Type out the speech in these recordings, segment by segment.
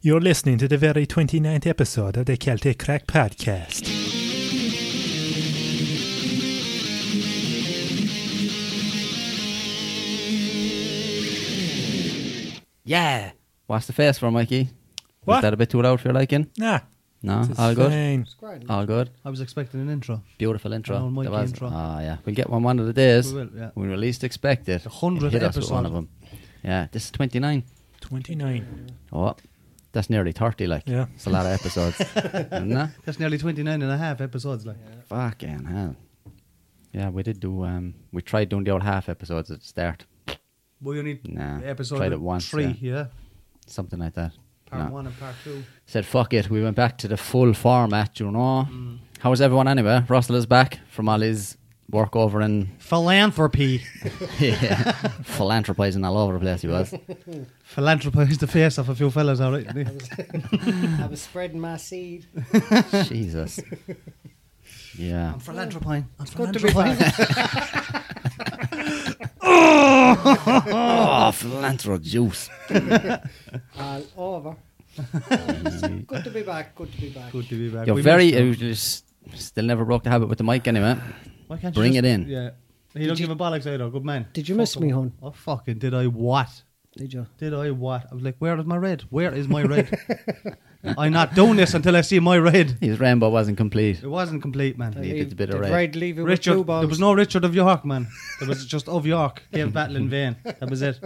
You're listening to the very 29th episode of the Celtic Crack Podcast. Yeah. What's the face for, Mikey? What? Was that a bit too loud for your liking? Nah, No, it's all good. fine. All good. I was expecting an intro. Beautiful intro. An old Mikey That was- intro. Ah, yeah. We'll get one one of the days. We will, yeah. When released, expect it. The 100th Hit us with one of episode. them. Yeah, this is 29. 29. Oh, that's nearly 30, like. Yeah. It's a lot of episodes. Isn't it? That's nearly 29 and a half episodes. Like, Fucking hell. Yeah, we did do, um, we tried doing the old half episodes at the start. we only Nah, episode tried it once, three, yeah. yeah. Something like that. Part No. one and part two. Said, fuck it. We went back to the full format, you know. How is everyone anyway? Russell is back from all his work over in Philanthropy. yeah, philanthropizing all over the place he was. Philanthropy is the face of a few fellas, all right? I was spreading my seed. Jesus. Yeah. I'm philanthropying. I'm Good to be back. Oh, philanthro juice. All over. Good to be back. Good to be back. Good to be back. You're We very. uh, missed you. You just still never broke the habit with the mic anyway. Why can't bring just- it in. Yeah. He don't give a bollocks either. Good man. Did you miss Fuck me, him. hon? Oh, fucking did I what? Did you? Did I what? I was like, where is my red? Where is my red? I'm not doing this until I see my red. His rainbow wasn't complete. It wasn't complete, man. He did a bit of did red. Red leave it with blue Richard, balls. there was no Richard of York, man. There was just of York. Gave battle in vain. That was it.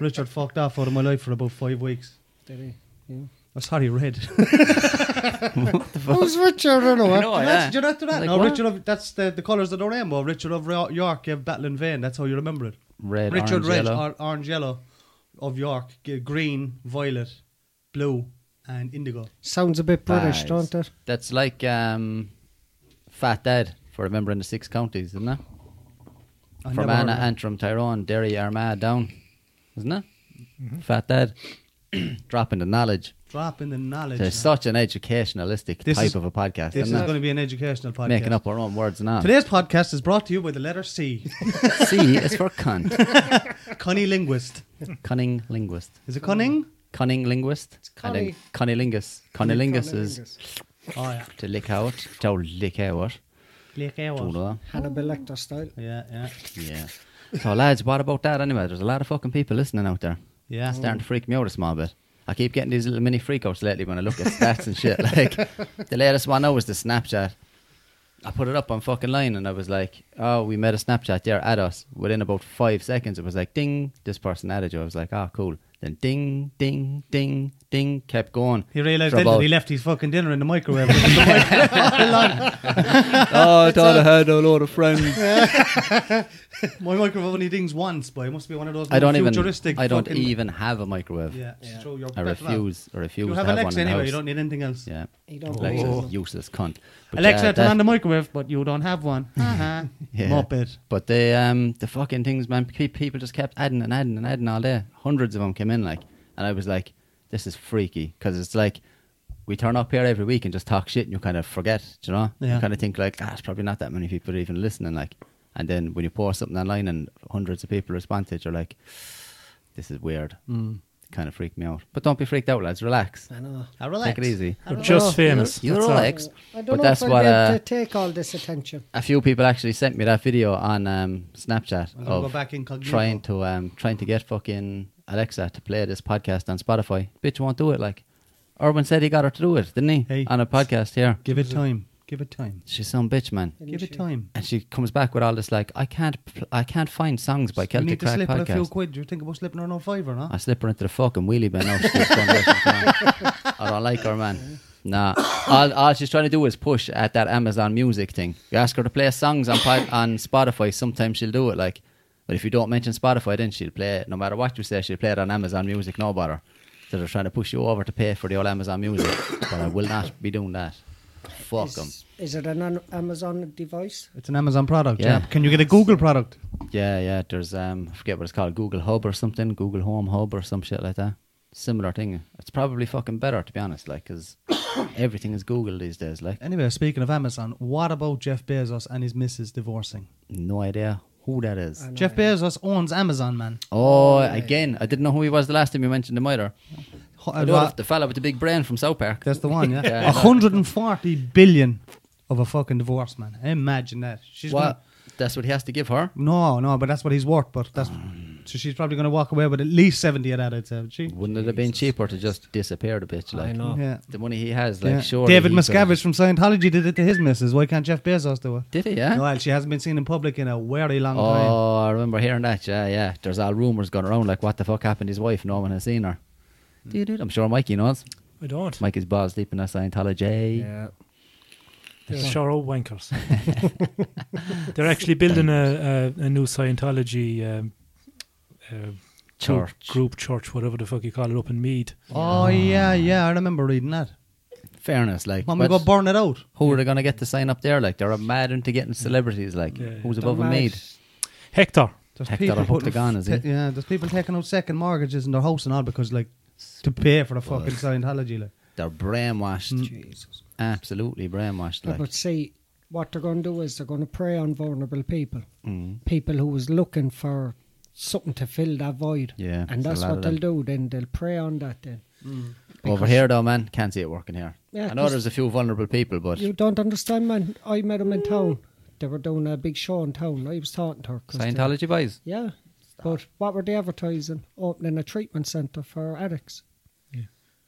Richard fucked off out of my life for about five weeks. Did he? Oh, sorry, Red. Who's Richard? I don't know. know, Did you not do that? Oh, Like no, what? Richard of that's the, the colours of the rainbow. Richard of Ro- York gave battle in vain. That's how you remember it. Red, Richard orange, Red, yellow. or- orange, yellow of York, g- green, violet, blue, and indigo. Sounds a bit British, Pies. don't it? That's like um, Fat Dad for remembering the six counties, isn't it? I From never heard Anna, of it. Antrim, Tyrone, Derry, Armagh, down, isn't it? Mm-hmm. Fat Dad. Dropping the knowledge. Drop in the It's knowledge. man. such an educationalistic This type is- of a podcast. This is isn't it? going to be an educational podcast. making up our own words now. Today's podcast is brought to you by the letter C. C is for cunt. Connie Linguist. Cunning linguist. Is it cunning? Cunning linguist. It's And then cunnilingus. Cunnilingus is Oh, yeah. to lick out. To lick out. Do you know? Hannibal Lecter style. Yeah, yeah. Yeah. So lads, what about that anyway? There's a lot of fucking people listening out there. Yeah. It's starting to freak me out a small bit. I keep getting these little mini freakouts lately when I look at stats and shit. Like the latest one now was the Snapchat. I put it up on fucking line and I was like, oh, we made a Snapchat there at us. Within about five seconds, it was like, ding, this person added you. I was like, oh, cool. Then ding, ding, ding, ding, kept going. He realised For then that about- he left his fucking dinner in the microwave. My Oh, I thought I had a lot of friends. microwave only dings once, boy. It must be one of those I don't even. futuristic I don't fucking- even have a microwave. Yeah, it's true. You're I better off. refuse. I refuse You to have have Alexa one in the anyway. house. You don't need Oh. anything else. Yeah. You don't Alexa's need a it. useless cunt. But Alexa, yeah, turn that- on the microwave, but you don't have one. Uh-huh. Yeah. Muppet. But they, um, the fucking things, man. pe- People just kept adding and adding and adding all day. Hundreds of them came in, like, and I was like, "This is freaky," because it's like we turn up here every week and just talk shit, and you kind of forget, do you know? You Yeah. kind of think like, "Ah, it's probably not that many people even listening," like, and then when you post something online and hundreds of people respond to it, you're like, "This is weird." Mm. Kind of freaked me out. But don't be freaked out, lads. Relax. I know. I relax. Take it easy. You're just know. famous. You're that's all. relaxed. I don't But know that's if I'll what, be able uh, to take all this attention. a few people actually sent me that video on um, Snapchat I'm gonna of go back incognito. trying to um, trying to get fucking Alexa to play this podcast on Spotify. Bitch won't do it. Like, Urban said he got her to do it, didn't he? Hey. On a podcast here. Give it time. Give it time. She's some bitch, man. Didn't Give it she? time. And she comes back with all this like, I can't, pl- I can't find songs by you Celtic need to Crack slip her a few podcast. quid. You think about slipping her no fiver, no? I slip her into the fucking wheelie bin now. She keeps going there, she's gone. I don't like her, man. Nah, all, all she's trying to do is push at that Amazon Music thing. You ask her to play songs on pod, on Spotify, sometimes she'll do it. Like, but if you don't mention Spotify, then she'll play it. No matter what you say, she'll play it on Amazon Music. No bother. So they're trying to push you over to pay for the old Amazon Music, but I will not be doing that. Fuck them. Is, is it an Am- Amazon device? It's an Amazon product. Yeah. Yeah. Can you get a Google product? Yeah, yeah. There's um, I forget what it's called, Google Hub or something, Google Home Hub or some shit like that. Similar thing. It's probably fucking better to be honest, like, 'cause everything is Google these days. Like, Anyway, speaking of Amazon, what about Jeff Bezos and his missus divorcing? no idea who that is. Jeff Bezos owns Amazon, man. Oh, again, I didn't know who he was the last time you mentioned him either. I I'd know uh, ra- the fella with the big brain from South Park. That's the one, yeah. Yeah, I know. 140 billion of a fucking divorce, man. Imagine that. She's what? gonna- That's what he has to give her. no, no, but that's what he's worth. But that's so she's probably going to walk away with at least 70 of that. I'd say. would She, Wouldn't it have been cheaper to just disappear the bitch? Like I know. yeah. the money he has, yeah. like sure. David Miscavige from Scientology did it to his missus. Why can't Jeff Bezos do it? Did he? Yeah. Well, she hasn't been seen in public in a very long time. Oh, I remember hearing that. Yeah, yeah. There's all rumors going around like, what the fuck happened to his wife? No one has seen her. Hmm. Dude, dude, I'm sure Mikey knows. I don't. Mikey's balls deep in that Scientology. Yeah. They're sure all wankers. They're actually building a, a, a new Scientology um, uh, group- Church. group church, whatever the fuck you call it, up in Mead. Oh, yeah, yeah. I remember reading that. Fairness, like, Mom, we but go burn it out. who are they going to get to sign up there? Like, they're mad into getting celebrities. Like, Yeah, yeah. who's above a Mad. maid? Hector, There's Hector people or Hook putting the Gun, is ta- it? Yeah, there's people taking out second mortgages in their house and all because, like, to pay for the fucking Scientology. Like. They're brainwashed. Absolutely brainwashed. Like, Hmm. But see, what they're going to do is they're going to prey on vulnerable people, mm, people who was looking for something to fill that void. yeah. And there's that's a lot what of they'll them. do then. They'll prey on that then. Over because- here, though, man, can't see it working here. Yeah, I know 'cause there's a few vulnerable people, but You don't understand, man. I met them in town. They were doing a big show in town. I was talking to her. 'cause they- Scientology boys. yeah. But what were they advertising? Opening a treatment centre for addicts. Yeah.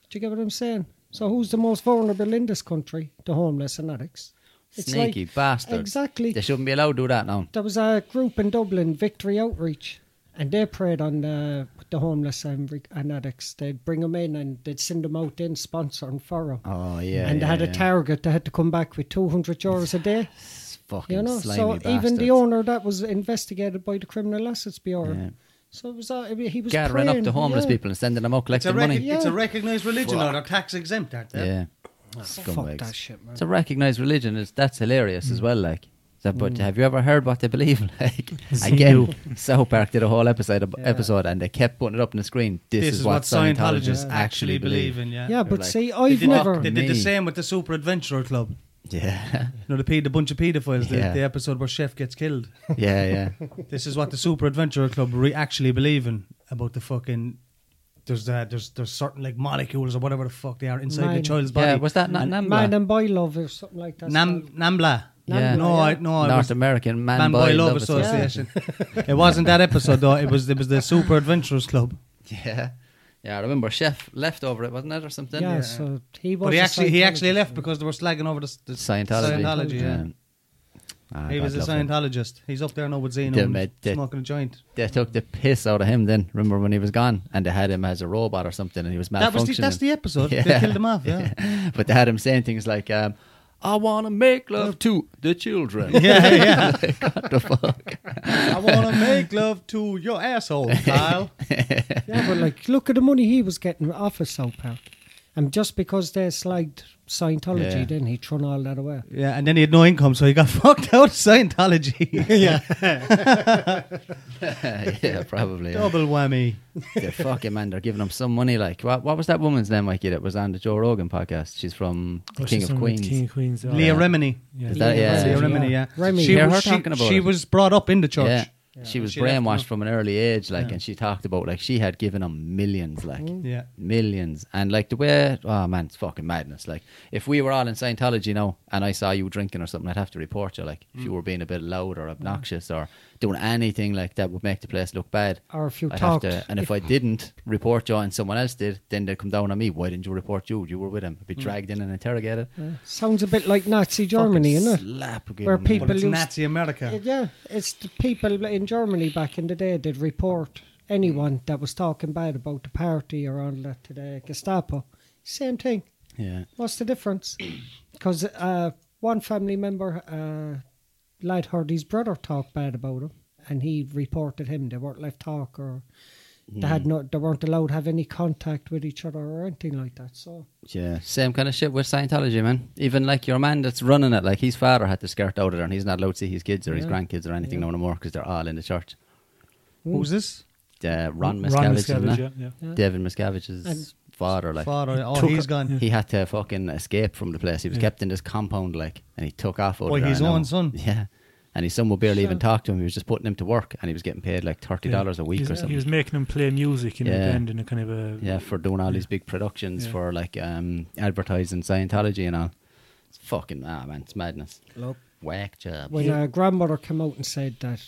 Do you get what I'm saying? So who's the most vulnerable in this country? The homeless and addicts. It's like- Sneaky bastards. Exactly. They shouldn't be allowed to do that now. There was a group in Dublin, Victory Outreach, and they preyed on uh, the homeless and, re- and addicts. They'd bring them in and they'd send them out in sponsoring for 'em. Oh yeah. and they yeah, had yeah. a target. They had to come back with 200 euros a day. It's Fucking You know, slimy so even the bastards. owner that was investigated by the Criminal Assets Bureau. Yeah. So it was uh, I mean, he was gathering up preying, the homeless yeah. people and sending them out It's a, collecting rec- money. yeah. it's a recognized religion, or they're tax exempt, aren't Yeah. they? Fuck Oh, Scumbags. that shit, man. Mm. It's a recognised religion. It's, that's hilarious as well. Like, So, but have you ever heard what they believe? Like again, South Park did a whole episode ab- Yeah. episode, and they kept putting it up on the screen. This, This, is what Scientologists Scientologists actually believe in, yeah. Yeah, but like- see, They I've did, never. they did the Me. same with the Super Adventurer Club. Yeah, You know, the, pe- the bunch of paedophiles, the, Yeah. the episode where Chef gets killed. yeah, yeah. this is what the Super Adventurer Club re- actually believe in about the fucking. There's that. There's there's certain like molecules or whatever the fuck they are inside the Mine. child's body. yeah, was that not Nambla? Man and boy love or something like that. Nam- Nambla? Yeah. No, I, no, it North was American Man, Man Boy Love Association. it wasn't that episode though. It was it was the Super Adventurers Club. Yeah, yeah. I remember Chef left over it, wasn't it, or something? yeah, so he was. But he a actually he actually Scientologist, left yeah. because they were slagging over the, s- the Scientology. Scientology, yeah. Ah, He God was a love him. Scientologist. He's up there now with Zeno They and made the- smoking a joint. They took the piss out of him then. Remember when he was gone and they had him as a robot or something and he was malfunctioning. That was the, that's the episode. They killed him off. Yeah. but they had him saying things like, um, I want to make love to the children. Yeah, yeah. Like, what the fuck? I want to make love to your asshole, pal. Yeah, but like, look at the money he was getting off of South Park. And just because they slagged Scientology, Yeah. then he thrown all that away. Yeah, and then he had no income, so he got fucked out of Scientology. yeah. yeah, probably. yeah. Double whammy. the fucking man, they're giving him some money. Like, what, what was that woman's name, Mikey, that was on the Joe Rogan podcast? She's from the Oh, King she's of on Queens. King of Queens. oh, Leah yeah. Remini. Yeah. Is that, yeah. Leah Yeah. Remini, yeah. Remi. She, Hear her was, she, talking about she it. was brought up in the church. Yeah. She was She left him brainwashed off. from an early age, like, Yeah. and she talked about like she had given him millions, like Mm. Yeah. millions, and like the way, oh man, it's fucking madness. Like, if we were all in Scientology now, and I saw you drinking or something, I'd have to report you. Like, Mm. if you were being a bit loud or obnoxious or doing anything like that would make the place look bad. Or if you I'd talked, have to, and if, I didn't report you and someone else did, then they'd come down on me. Why didn't you report you? You were with him. I'd Mm. be dragged in and interrogated. Sounds a bit like Nazi Germany, Fucking isn't it? Slap Where again. people But it's used- Nazi America. Yeah, it's the people in Germany back in the day did report anyone that was talking bad about the party or all that to the Gestapo. Same thing. Yeah. What's the difference? Because uh, one family member, uh, lad heard his brother talk bad about him, and he reported him. They weren't left talk, or Hmm. they had not, they weren't allowed to have any contact with each other or anything like that. So Yeah, same kind of shit with Scientology, man. Even like your man that's running it, like his father had to skirt out of there, and he's not allowed to see his kids or his Yeah. grandkids or anything no more because they're all in the church. Who's this? Uh, Ron Miscavige, Ron isn't Miscavige, it? yeah, yeah. yeah. David Miscavige's And- father, like Father. Oh, Took he's her- gone. he had to fucking escape from the place. He was Yeah. kept in this compound, like, and he took off out Why, of there his and, um, own son? Yeah, And his son would barely even Sure. talk to him. He was just putting him to work, and he was getting paid like thirty dollars a week He's- or something. He was making him play music in Yeah. the band in a kind of a yeah, for doing all these big productions Yeah. for like um, advertising Scientology and all. It's fucking ah man, it's madness. Look. Whack job. Hmm. When her grandmother came out and said that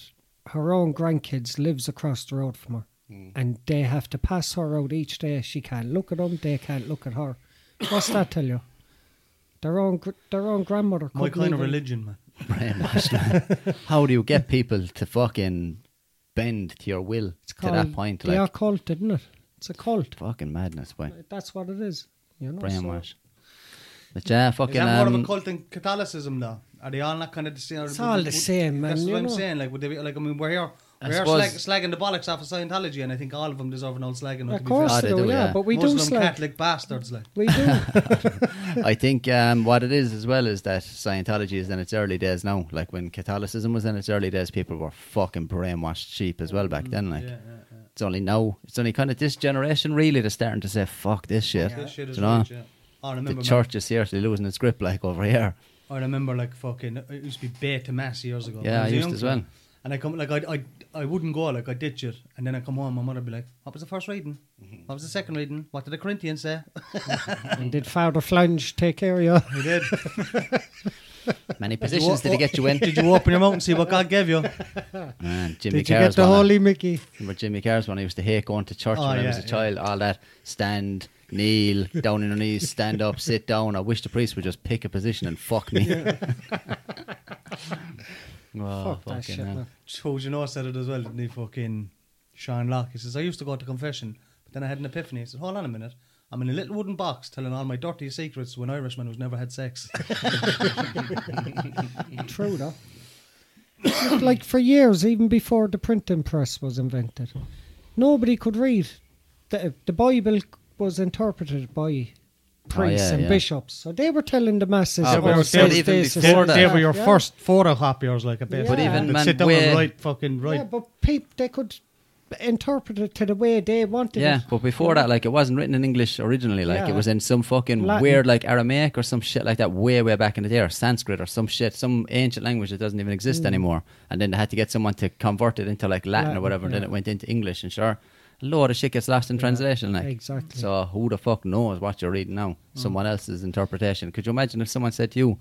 her own grandkids lives across the road from her, Hmm. and they have to pass her out each day. She can't look at them. They can't look at her. What's that tell you? Their own, gr- their own grandmother. My couldn't kind of even- religion, man. Brainwashed, man. How do you get people to fucking bend to your will It's to called that point? They are Like cult, isn't it? It's a cult. fucking madness, boy. That's what it is. You know, so- Brainwash. But yeah, Is fucking that more of um, a cult than Catholicism, though? Are they all not kind of the same? It's all the same, man, That's you what I'm know. saying. Like, would they be, like, I mean, we're here, I we're here slag, suppose- slagging the bollocks off of Scientology, and I think all of them deserve an old slagging. Of to be course Ah, fair. they they do, do, yeah. yeah. But we Muslim do slag. Catholic bastards, like. We do. I think um, what it is as well is that Scientology is in its early days now. Like when Catholicism was in its early days, people were fucking brainwashed sheep as well back then. Like Mm, Yeah, yeah, yeah. it's only now, it's only kind of this generation really that's starting to say fuck this shit. This shit is Do you know? rich, yeah. Oh, I remember, the man, church is seriously losing its grip, like over here. I remember, like, fucking, it used to be Beta Mass years ago. Yeah, was I a used young as well. fella, And I come, like, I, I, I wouldn't go, like, I ditch it. And then I come home, my mother would be like, What was the first reading? What was the second reading? What did the Corinthians say? and did Father Flange take care of you? He did. Many positions did he get you in? did you open your mouth and see what God gave you? Man, Jimmy Did you get Carr's the one, Holy Mickey? Remember Jimmy Carr's one? He used to hate going to church Oh, when I yeah, was a yeah. child. All that stand, kneel, down on your knees, stand up, sit down. I wish the priest would just pick a position and fuck me. oh, Fuck that fucking shit, hell. man. Suppose you know I said it as well, didn't he? Fucking Sean Locke. He says, I used to go to confession, but then I had an epiphany. He said, Hold on a minute. I'm in a little wooden box telling all my dirty secrets to an Irishman who's never had sex. True, though. Look, like for years, even before the printing press was invented, nobody could read. The, the Bible was interpreted by priests Oh, yeah, and yeah. bishops, so they were telling the masses. Ah, what but it was says, even this, before and that- that, They were your yeah. first photocopiers, like a bit. But Yeah. even, They'd man, sit down and when- write fucking right. Yeah, but peep, they could interpret it to the way they wanted Yeah, it. but before that, like it wasn't written in English originally. Like Yeah. it was in some fucking Latin. weird, like Aramaic or some shit like that, way way back in the day, or Sanskrit or some shit, some ancient language that doesn't even exist anymore. And then they had to get someone to convert it into like Latin, or Mm. Latin, whatever. and Then yeah. it went into English, and sure, a lot of shit gets lost in translation. Like exactly. Mm. So who the fuck knows what you're reading now? Someone else's interpretation. Could you imagine if someone said to you,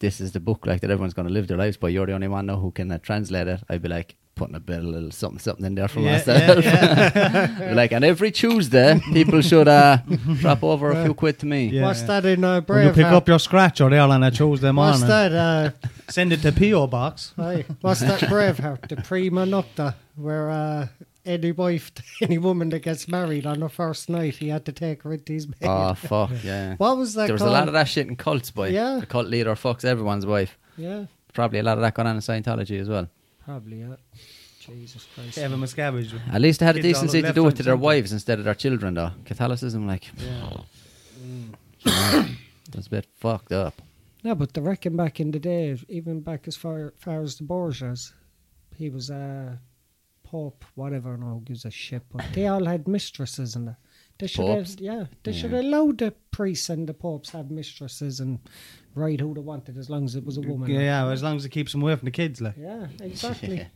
"This is the book like that everyone's going to live their lives by. You're the only one now who can uh, translate it." I'd be like. Putting a bit of little something something in there for Yeah, myself. like on every Tuesday, people should uh, drop over a few quid to me. Yeah, What's yeah. that in uh, When you Braveheart? pick up your scratch or there on a Tuesday What's morning, that? Uh, send it to P.O. Box. Aye. What's that Braveheart? The prima nocta, where uh, any wife, any woman that gets married on her first night, he had to take her into his bed. Oh fuck yeah! what was that there was called? a lot of that shit in cults, boy. Yeah. the cult leader fucks everyone's wife. Yeah, Probably a lot of that going on in Scientology as well. probably. Yeah. Jesus Christ. Kevin Miscavige. At least they had a Kids all decency to left do it and to their something. wives instead of their children, though. Catholicism, like, that's a bit fucked up. No, but the reckon back in the day, even back as far, far as the Borgias, he was a pope, whatever. No, gives a shit. But they all had mistresses and that. They should Popes? have, yeah, they should Yeah. allow the priests and the popes have mistresses and ride who they wanted as long as it was a woman. Yeah, yeah, as long as it keeps them away from the kids, like. Yeah, exactly.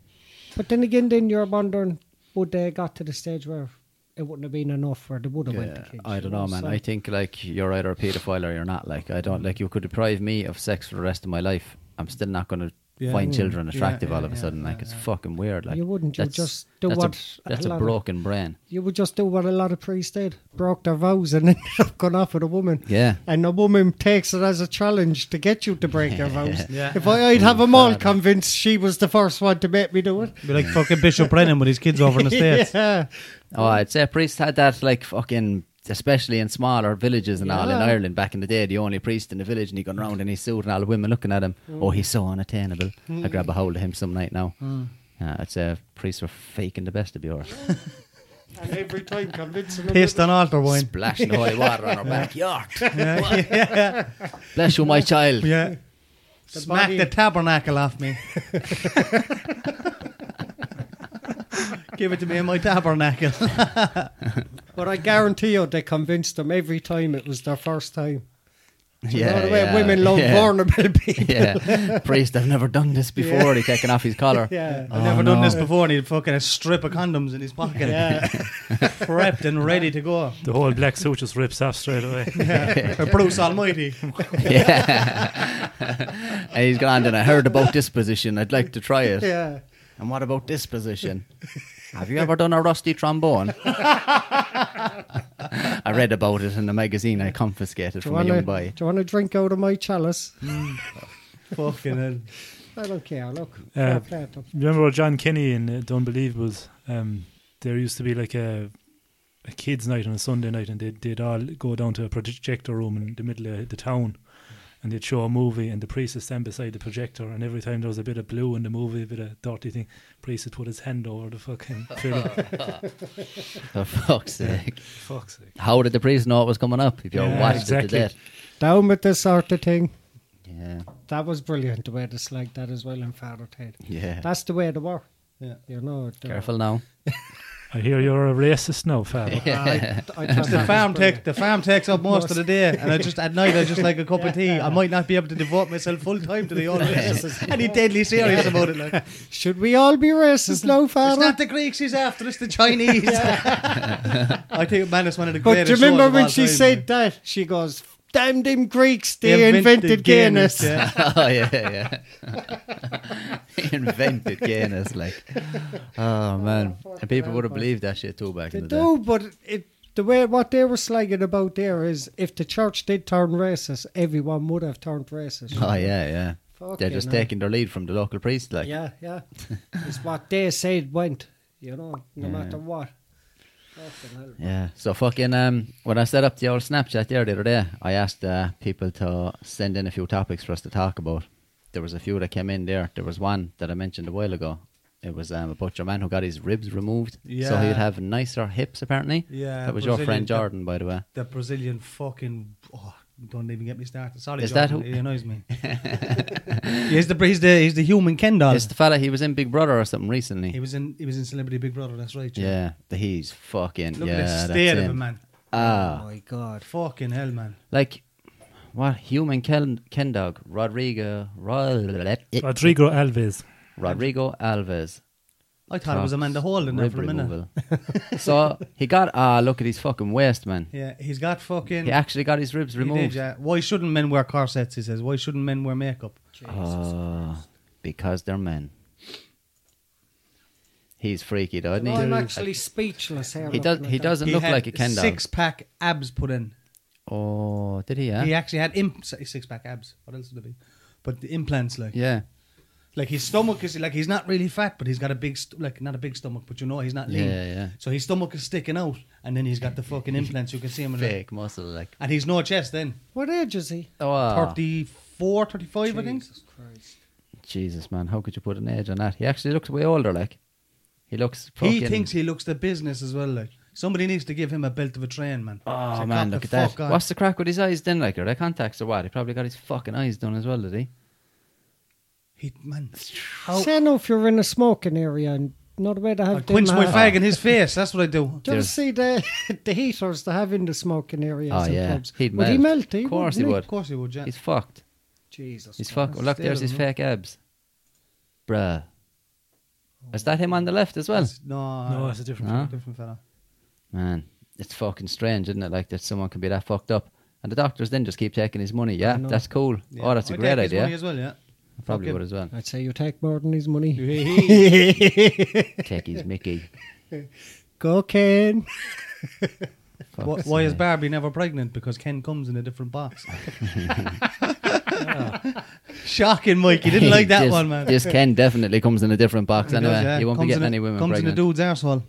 But then again, then you're wondering would they got to the stage where it wouldn't have been enough, or they would have went to Yeah, kids. I you don't know, man. so- I think like you're either a paedophile or you're not. Like I don't like you could deprive me of sex for the rest of my life. I'm still not going to Yeah. find Mm. children Yeah, attractive yeah, all of a yeah, sudden. yeah, Like it's yeah. fucking weird. Like You wouldn't, you that's- just do that's what A, that's a a lot of- broken brain. you would just do what a lot of priests did: broke their vows and ended up going off with a woman. Yeah. And the woman takes it as a challenge to get you to break your vows. Yeah. If I, I'd have them all convinced she was the first one to make me do it. Be like fucking Bishop Brennan with his kids over in the States. yeah. Oh, I'd say priests had that like fucking, especially in smaller villages and all in Yeah. Ireland back in the day. The only priest in the village, and he gone round in his suit, and all the women looking at him. Oh, he's so unattainable. Mm. I grab a hold of him some night now. Yeah, I'd say priests were faking the best of yours, And every time convincing them. Pissed on altar wine. splashing holy water on our backyard. Bless you, my child. Yeah. The Smack body- the tabernacle off me. Give it to me in my tabernacle. Oh, But I guarantee you, they convinced them every time it was their first time. You know the way women love vulnerable people. yeah. Priest, I've never done this before. He taking off his collar. Yeah. I've Oh, never done no. this before, and he'd fucking a strip of condoms in his pocket, Yeah. prepped and ready to go. The whole black suit just rips off straight away. For Bruce Almighty. Yeah. and he's gone, and I heard about this position. I'd like to try it. yeah. And what about this position? Have you ever done a rusty trombone? I read about it in a magazine I confiscated Do from you a young boy. want to drink out of my chalice? fucking hell. I don't care. Look. Uh, Fair play to 'em. Remember what John Kenny and uh, Don't Believe was? Um, there used to be like a a kids' night on a Sunday night, and they'd, they'd all go down to a projector room in the middle of the town, and they'd show a movie, and the priest would stand beside the projector, and every time there was a bit of blue in the movie, a bit of dirty thing, priest would put his hand over the fucking film. For fuck's sake. Fuck's sake. How did the priest know it was coming up if you Yeah, watched it exactly. to death? Down with this sort of thing. Yeah. That was brilliant the way they slagged that as well in Father Ted. Yeah. That's the way they were. Yeah. You know. they- Careful now. I hear you're a racist now, Father. I, I thought that The was farm brilliant. take the farm takes up most of the day, and I just at night I just like a cup of tea. I might not be able to devote myself full time to the old racism. And he deadly serious about it. Like it's Should we all be racist now, Father? not the Greeks he's after, it's the Chinese. I think man is one of the But greatest. do you remember shows of when all she time, said like. that? She goes, "Damn them Greeks! They, invented, Guinness." yeah. oh yeah, yeah. He invented Guinness, like. Oh man, and people would have believed that shit too back They in the day. do, but it, the way what they were slagging about there is, if the church did turn racist, everyone would have turned racist. Oh yeah, yeah. Fuck They're you just know. taking their lead from the local priest, like. Yeah, yeah. it's what they said went. You know, no Yeah. matter what. Fucking hell. Yeah. So fucking um, when I set up the old Snapchat there the other day, I asked uh, people to send in a few topics for us to talk about. There was a few that came in there. There was one that I mentioned a while ago. It was um, about your man who got his ribs removed, so Yeah. he'd have nicer hips. Apparently, Yeah, That was your Brazilian friend tip. Jordan, by the way. The Brazilian fucking oh, don't even get me started. Sorry, Is Jordan, that who- he annoys me. he's the he's the he's the human Ken doll. It's the fella he was in Big Brother or something recently. He was in he was in Celebrity Big Brother. That's right. Jim. yeah, the, he's fucking Look yeah. at that's the state of him. him, man. Ah, Oh my God. Fucking hell, man. like what human Ken, Ken dog Rodrigo Rod, Rodrigo Alves. Rodrigo Alves. I thought it was Cox, Amanda Hall in there rib for a minute. removal. so he got ah look at his fucking waist, man. Yeah, he's got fucking. He actually got his ribs he did, removed. yeah. Why shouldn't men wear corsets? He says. Why shouldn't men wear makeup? Oh, because they're men. He's freaky, though, isn't No, he? I'm actually speechless here. he does. looking He at that. doesn't he look had like a Ken dog. Six pack abs put in. Oh, did he? Yeah. He Yeah. actually had imp- six pack abs. What else would it be? But the implants, like like his stomach is like he's not really fat, but he's got a big st- like not a big stomach, but you know he's not lean. Yeah, yeah. So his stomach is sticking out, and then he's got the fucking implants. You can see him. In the, Fake muscle, like. and he's no chest then. What age is he? Oh, ah. 34, 35, I think. Jesus Christ. Jesus, man, how could you put an age on that? He actually looks way older, like. He looks. Fucking, He thinks he looks the business as well. Like somebody needs to give him a belt of a train, man. Oh So man, cop look the at that! fuck on. What's the crack with his eyes? Then, like, are they contacts or what? He probably got his fucking eyes done as well, did he? he, man? How, Say no if you're in a smoking area and not where to have. I them quench my have- fag in his face. That's what I do. Do you ever There's- see the the heaters they have in the smoking areas Oh, and yeah. pubs? He'd would he melt. melt? He Of course he wouldn't would. Of course he would, yeah. He's fucked. Jesus. He's Christ. fucking. Look, there's his fake abs. Bruh. Is that him on the left as well? It's- no, No, uh, that's a different. Huh? different fella. Man, it's fucking strange, isn't it? Like that someone can be that fucked up. And the doctors then just keep taking his money. Yeah, know. that's cool. Yeah. Oh, that's a I'd great take his money idea. As well, yeah. I Probably Fuck would him. as well. I'd say you take more than his money. Take his Mickey. Cocaine. Fuck's Wh- why is sake. Barbie never pregnant? Because Ken comes in a different box. Shocking, Mike. You didn't like that This- one, man. This Ken definitely comes in a different box He does, anyway. yeah. He won't Comes be in getting a- any women Comes pregnant. in a dude's arsehole.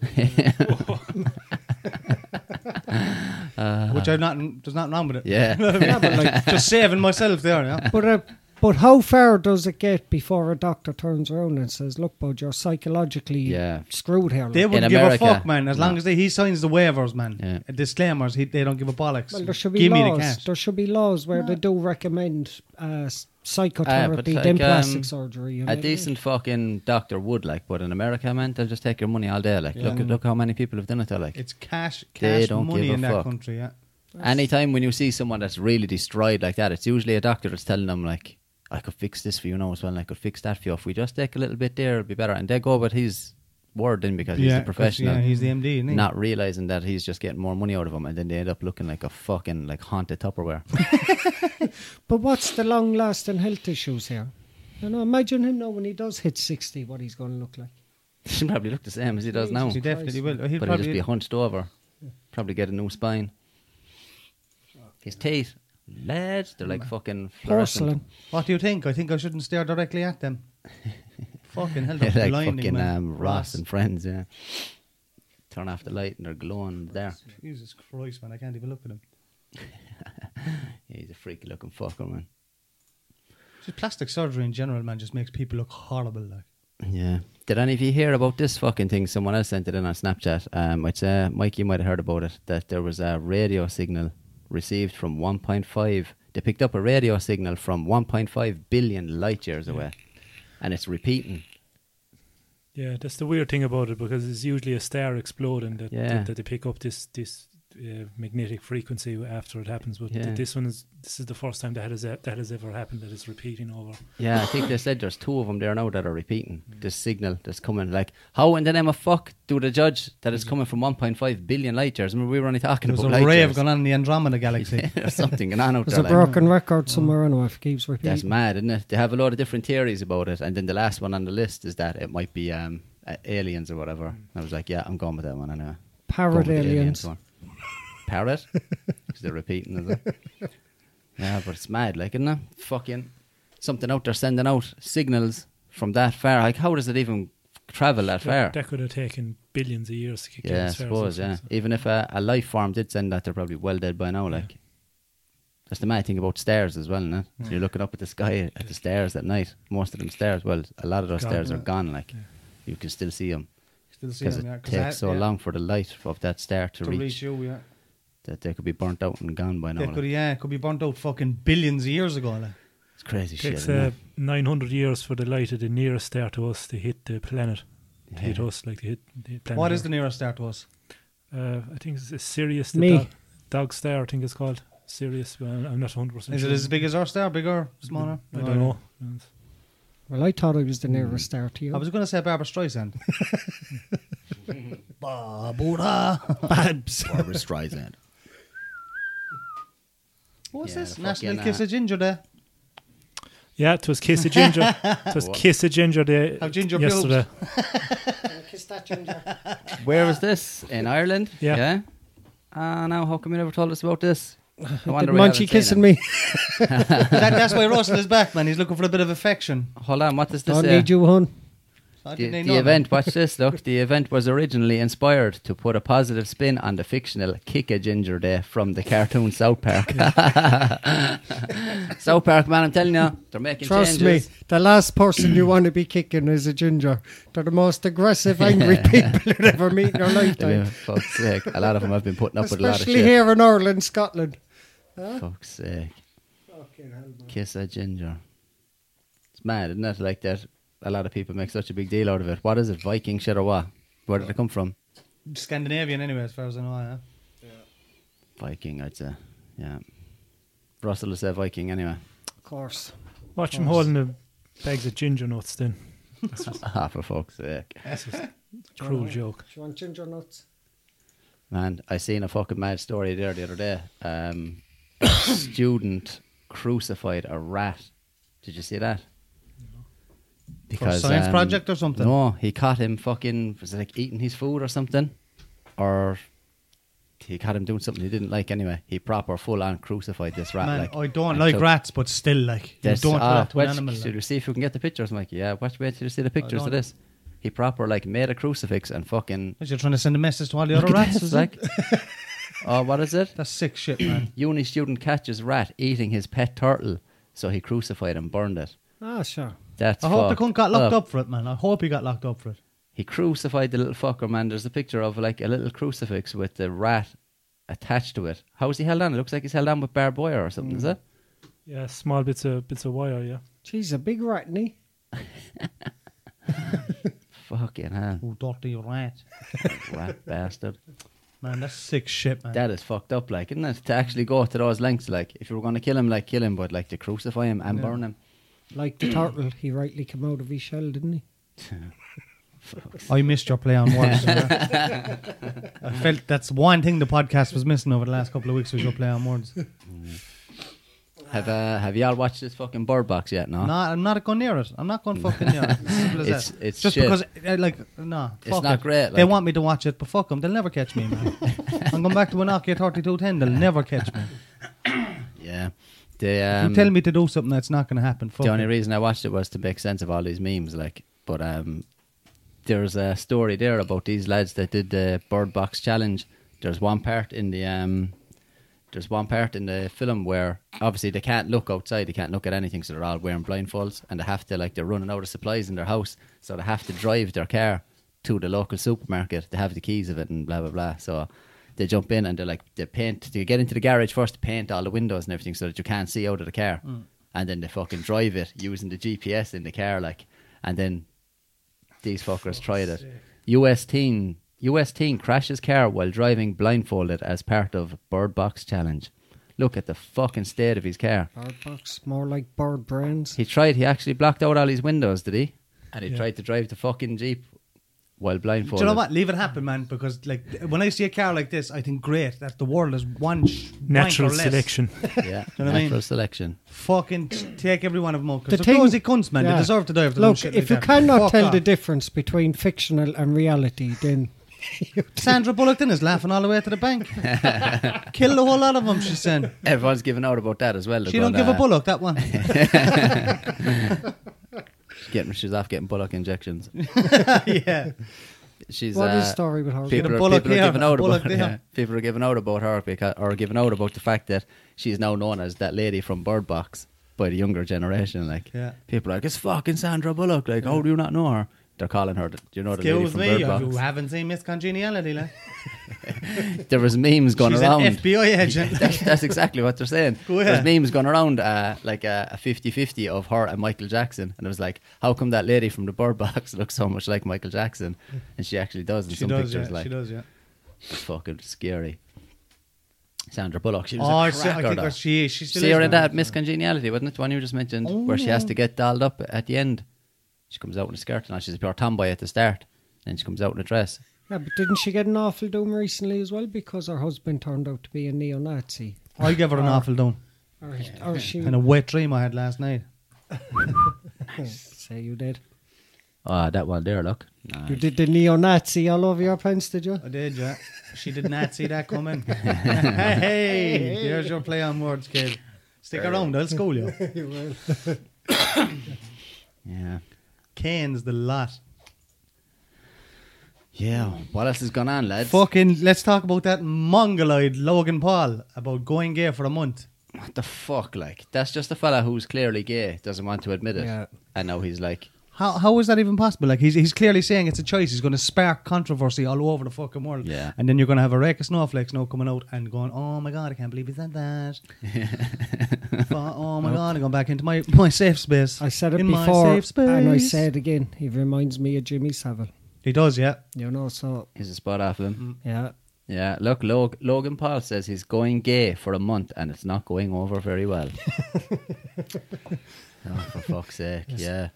Which I'm not. There's nothing wrong with it. Uh, yeah. yeah, but, like, Just saving myself there. Yeah. but, uh, but how far does it get before a doctor turns around and says, "Look, bud, you're psychologically Yeah. screwed here." like." They wouldn't America, give a fuck, man. As no. long as they, he signs the waivers, man. Yeah. Uh, Disclaimers. He, they don't give a bollocks. well, there should be give me the laws. cash. There should be laws where they do recommend uh, s- psychotherapy, like, then plastic um, surgery. you know A what I mean? decent fucking doctor would like, but in America, man, they'll just take your money all day. Like, look, look how many people have done it. They're like, It's cash, cash They don't money give a in that fuck. country. Yeah. Anytime when you see someone that's really destroyed like that, it's usually a doctor that's telling them like, "I could fix this for you now as well, and I could fix that for you. If we just take a little bit there, it'll be better." And they go with his word then because he's the 'cause, professional, Yeah, he's the MD, isn't he? not realizing that he's just getting more money out of them, and then they end up looking like a fucking like haunted Tupperware. But what's the long lasting health issues here? You know, imagine him now when he does hit 60, what he's going to look like. he probably look the same as he does now, He definitely will. Christ. He'll but he'll just probably be hunched over, probably get a new spine. His teeth, lads, they're like fucking fluorescent. Porcelain. What do you think? I think I shouldn't stare directly at them. fucking hell, Yeah, they're like blinding, fucking man. um, Ross and friends, yeah. Turn off the light and they're glowing there. Jesus Christ, man! I can't even look at them. Yeah, he's a freaky looking fucker, man. Just plastic surgery in general, man, just makes people look horrible. Like Yeah. Did any of you hear about this fucking thing? Someone else sent it in on Snapchat. Um, I'd say, Mike, you might have heard about it, that there was a radio signal received from 1.5. They picked up a radio signal from 1.5 billion light years away. And it's repeating. Yeah, that's the weird thing about it because it's usually a star exploding that Yeah. that, that they pick up this this uh, magnetic frequency after it happens. But th- Yeah. this one is this is the first time that has e- that has ever happened that it's repeating over. Yeah, I think they said there's two of them there now that are repeating this signal that's coming. Like, how in the name of fuck do the judge that it's coming from 1.5 billion light years? I mean, we were only talking there was about a light rave years. going on in the Andromeda galaxy. There's something going on out There's there. a like- broken Mm. record somewhere anyway if it keeps That's repeating. mad, isn't it? They have a lot of different theories about it, and then the last one on the list is that it might be um, a- aliens or whatever. And I was like, yeah, I'm going with that one. I know. Parrot aliens. Parrot? Because they're repeating is it. Yeah, but it's mad, like, isn't it? Fucking something out there sending out signals from that far. Like, how does it even travel that far? That, that could have taken billions of years to kick in yeah, I as far as suppose, this yeah. was. Even if a, a life form did send that, they're probably well dead by now, like. That's the mad thing about stairs as well, isn't it? So you're looking up at the sky at the stairs at night. Most of them stairs, well, a lot of those Gone. stairs are Yeah. gone. Like Yeah. you can still see them Still see because them, it yeah, 'cause I- takes so yeah, long for the light of that stair to, to reach, reach you. Yeah, that they could be burnt out and gone by now. they like. could, yeah, it could be burnt out fucking billions of years ago. Like. It's crazy shit. takes isn't uh, it? 900 years for the light of the nearest star to us to hit the planet. To hit Yeah. us, like to hit the planet. What is the Earth. nearest star to us? Uh, I think it's a Sirius. Me. The dog, dog star, I think it's called. Sirius. Well, I'm not 100% Is sure. it as big as our star? Bigger? Smaller? I don't know. Well, I thought it was Mm. the nearest star to you. I was going to say Barbara Streisand. Barbara. Barbra Streisand. What's Yeah, this? the National fucking, Kiss uh, of Ginger Day. Yeah, it was Kiss of Ginger. it was What? Kiss of Ginger Day Have ginger yesterday. Where was this? In Ireland? Yeah. yeah? Ah, now how come you never told us about this? No Did wonder we haven't seen Munchie it. kissing me? that, that's why Russell is back, man. He's looking for a bit of affection. Hold on, what does this Don't uh, need you, hon. I The, didn't even the know that. event, watch this, look. The event was originally inspired to put a positive spin on the fictional Kick a Ginger Day from the cartoon South Park. South Park, man, I'm telling you, they're making Trust changes. me, the last person you want to be kicking is a ginger. They're the most aggressive, angry people you'd ever meet in your Yeah, lifetime. fuck's sake. A lot of them have been putting up with a lot of Especially shit. here in Ireland, Scotland. Fuck's sake. Kiss a Ginger. It's mad, isn't it? Like that. A lot of people make such a big deal out of it. What is it, Viking shit or what? Where did it come from? Scandinavian, anyway, as far as I know. Yeah. Viking, I'd say. Yeah. Russell is a Viking anyway. Of course. Watch him holding the bags of ginger nuts then. Ah, for fuck's sake. Cruel joke. Do you want ginger nuts? Man, I seen a fucking mad story there the other day. Um, student crucified a rat. Did you see that? um, For a science project or something? No, he caught him fucking was it like eating his food or something, or he caught him doing something he didn't like. Anyway, he proper full on crucified this rat. Man, like, I don't and like took- rats, but still, like, you This, don't do ah, that to an wait, animal. Should Like. we see if we can get the pictures? I'm like, yeah, watch, wait till you see the pictures of don't- this. He proper like made a crucifix and fucking. You're trying to send a message to all the other Look at rats, this, is it? like, oh, what is it? That's sick shit, man. Uni student catches rat eating his pet turtle, so he crucified and burned it. Ah, sure. That's I hope the fucked Oh. cunt got locked up for it, man. I hope he got locked up for it. He crucified the little fucker, man. There's a picture of like a little crucifix with the rat attached to it. How is he held on? It looks like he's held on with barbed wire or something, is Mm. it? Yeah, small bits of bits of wire, yeah. Jeez, a big rat, knee. Fucking hell, Oh, dirty rat. rat bastard. Man, that's sick shit, man. That is fucked up, like, isn't it? To actually go to those lengths, like, if you were going to kill him, like, kill him, but like to crucify him and Yeah. burn him. Like the turtle, he rightly came out of his shell, didn't he? I missed your play on words. I felt that's one thing the podcast was missing over the last couple of weeks was your play on words. Have uh, Have y'all watched this fucking Bird Box yet? No. No, I'm not going near it. I'm not going fucking near it. Simple as It's- that. it's just shit. because, uh, like, no, It's not great, They like- want me to watch it, but fuck them. They'll never catch me, man. I'm going back to an Nokia 3210. They'll never catch me. Yeah. They If um, you tell me to do something that's not going to happen. Fuck the only it. reason I watched it was to make sense of all these memes, like. But um, there's a story there about these lads that did the Bird Box challenge. There's one part in the um, there's one part in the film where obviously they can't look outside, they can't look at anything, so they're all wearing blindfolds, and they have to like they're running out of supplies in their house, so they have to drive their car to the local supermarket. They have the keys of it and blah blah blah. So they jump in and they're like they paint. They get into the garage first, paint all the windows and everything so that you can't see out of the car, and then they fucking drive it using the GPS in the car, like, and then these fuckers tried it. US teen US teen crashes car while driving blindfolded as part of Bird Box challenge. Look at the fucking state of his car. Bird box, more like bird brains. He tried. He actually blocked out all his windows, did he? And he tried to drive the fucking jeep while blindfolded. Do you know what? Leave it happen, man. Because like when I see a car like this, I think great that the world is one sh- Natural wank or less. selection. Yeah, Do you know what I natural mean? selection. Fucking t- take every one of them out. The Because they're thing- crazy cunts, man. Yeah. They deserve to die. If they do Look, shit if like you that. cannot Fuck tell off. the difference between fictional and reality, then Sandra Bullock then is laughing all the way to the bank. Kill the whole lot of them. She's saying Everyone's giving out about that as well. They're she don't going, give a "Ah, Bullock that one. Getting, she's off getting bullock injections. yeah, She's what uh, is the story with her? people Get a are, bullock people are here, giving out a bullock about there. yeah, people are giving out about her because or giving out about the fact that she's now known as that lady from Bird Box by the younger generation. Like Yeah. people are like it's fucking Sandra Bullock. Like how do you not know her? They're calling her. the- You know the lady excuse from me. Bird You Box. haven't seen Miss Congeniality, like. There was memes going She's around. an FBI agent. that's, that's exactly what they're saying. Oh, yeah. There's memes going around uh, like a, a 50-50 of her and Michael Jackson, and it was like, how come that lady from the Bird Box looks so much like Michael Jackson? And she actually does in she some does, pictures. yeah. like she does, yeah. It's fucking scary. Sandra Bullock, she was Oh, a so- I cracker. think though. that she is. She still See her is, in man. that Miss Congeniality, wasn't it? The one you just mentioned, Oh, where she has yeah. to get dolled up at the end. She comes out in a skirt, and she's a pure tomboy at the start. Then she comes out in a dress. Yeah, but didn't she get an awful doom recently as well because her husband turned out to be a neo-Nazi? I give Oh. her an awful down Or, or she and a wet dream I had last night. say you did. Ah, that one there, look. Nah. You did the neo-Nazi all over your pants, did you? I did, yeah. She did not see that coming. hey, there's your play on words, kid. Stick around, I'll school you. Yeah. Kane's the lot. Yeah. What else is going on, lads? Fucking, let's talk about that mongoloid Logan Paul about going gay for a month. What the fuck, like? That's just a fella who's clearly gay, doesn't want to admit it. Yeah. And now he's like, How, how is that even possible? Like, he's, he's clearly saying it's a choice. He's going to spark controversy all over the fucking world. Yeah. And then you're going to have a rake of snowflakes now coming out and going, oh my God, I can't believe he said that. Fu- oh my God, I'm going back into my, my safe space. I said it In my before, safe space. and I say it again. He reminds me of Jimmy Savile. He does, yeah. You know, so he's a spot off Mm. him. yeah, Yeah, look, Log- Logan Paul says he's going gay for a month and it's not going over very well. oh, for fuck's sake, yeah.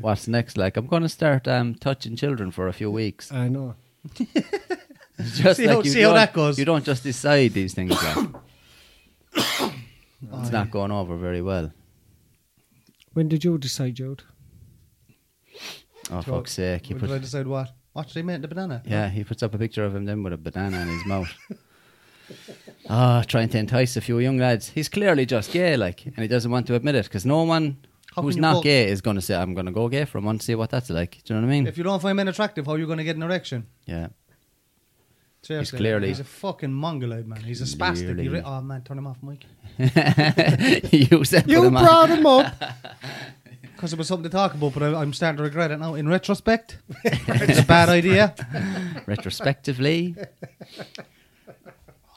What's next? Like, I'm going to start um, touching children for a few weeks. I know. Just See how- see how don't- that goes. You don't just decide these things. Like. Oh, it's not going over very well. When did you decide, Jude? Oh, So, fuck's sake. He What did I put, decide what? What should I make the banana? yeah, he puts up a picture of him then with a banana in his mouth. Ah, trying to entice a few young lads. He's clearly just gay, like, and he doesn't want to admit it because no one How who's can you not go- gay is going to say, I'm going to go gay for a month, see what that's like. Do you know what I mean? If you don't find men attractive, how are you going to get an erection? yeah. Seriously, man, clearly- he's a fucking mongoloid, man. He's a spastic. He Clearly. re- oh man, turn him off, Mike. you said put You him on. brought him up. Because it was something to talk about, but I, I'm starting to regret it now. In retrospect, it's a bad idea. retrospectively.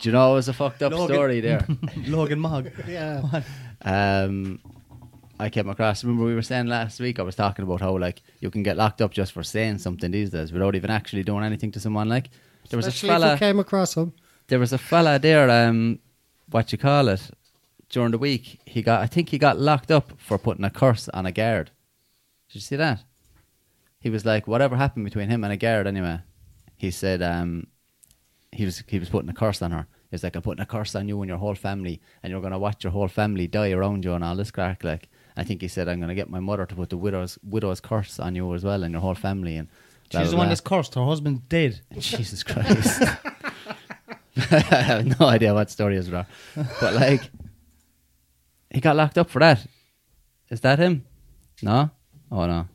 Do you know it was a fucked up Logan- story there? Logan Mogg. yeah, um, I came across. Remember, we were saying last week. I was talking about how like you can get locked up just for saying something these days without even actually doing anything to someone. Like, There was a Especially if fella. we came across him. there was a fella there, um, what you call it, during the week. He got, I think he got locked up for putting a curse on a guard. Did you see that? He was like, whatever happened between him and a guard, anyway. He said, um, he was he was putting a curse on her. He was like, I'm putting a curse on you and your whole family, and you're gonna watch your whole family die around you and all this crack. Like, I think he said, I'm gonna get my mother to put the widow's widow's curse on you as well and your whole family. And blah, She's blah, the one blah. that's cursed. Her husband's dead. Jesus Christ. I have no idea what story is wrong. But like he got locked up for that. Is that him? No? Oh no.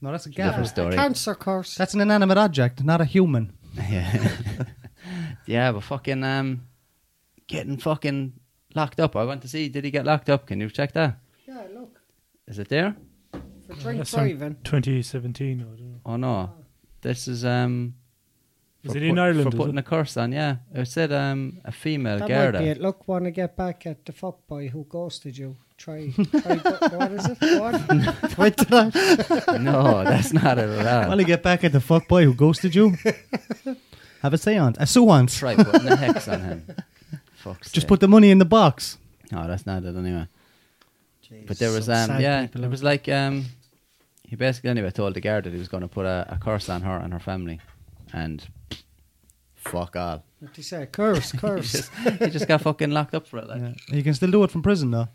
No, that's a gaffer. Different story. Cancer curse. That's an inanimate object, not a human. Yeah. yeah, but fucking um getting fucking locked up. I want to see did he get locked up? Can you check that? yeah, look. Is it there? For drink That's from driving. 2017. I don't know. Oh no. This is um Is for it in put- Ireland? For is putting it? a curse on, yeah. It said um a female That Garda. might be it. Look, want to get back at the fuckboy who ghosted you. Try, try but what is it? Go on. Wait till I No, that's not it at all. want to get back at the fuck boy who ghosted you. Have a seance. A seance. try putting a hex on him. Fuck's Just sake. put the money in the box. No, that's not it anyway. But there was um sad yeah, people it was like um he basically anyway told the guard that he was going to put a, a curse on her and her family, and fuck all. What do you say? Curse, He curse. just, he just got fucking locked up for it. Like Yeah. You can still do it from prison though.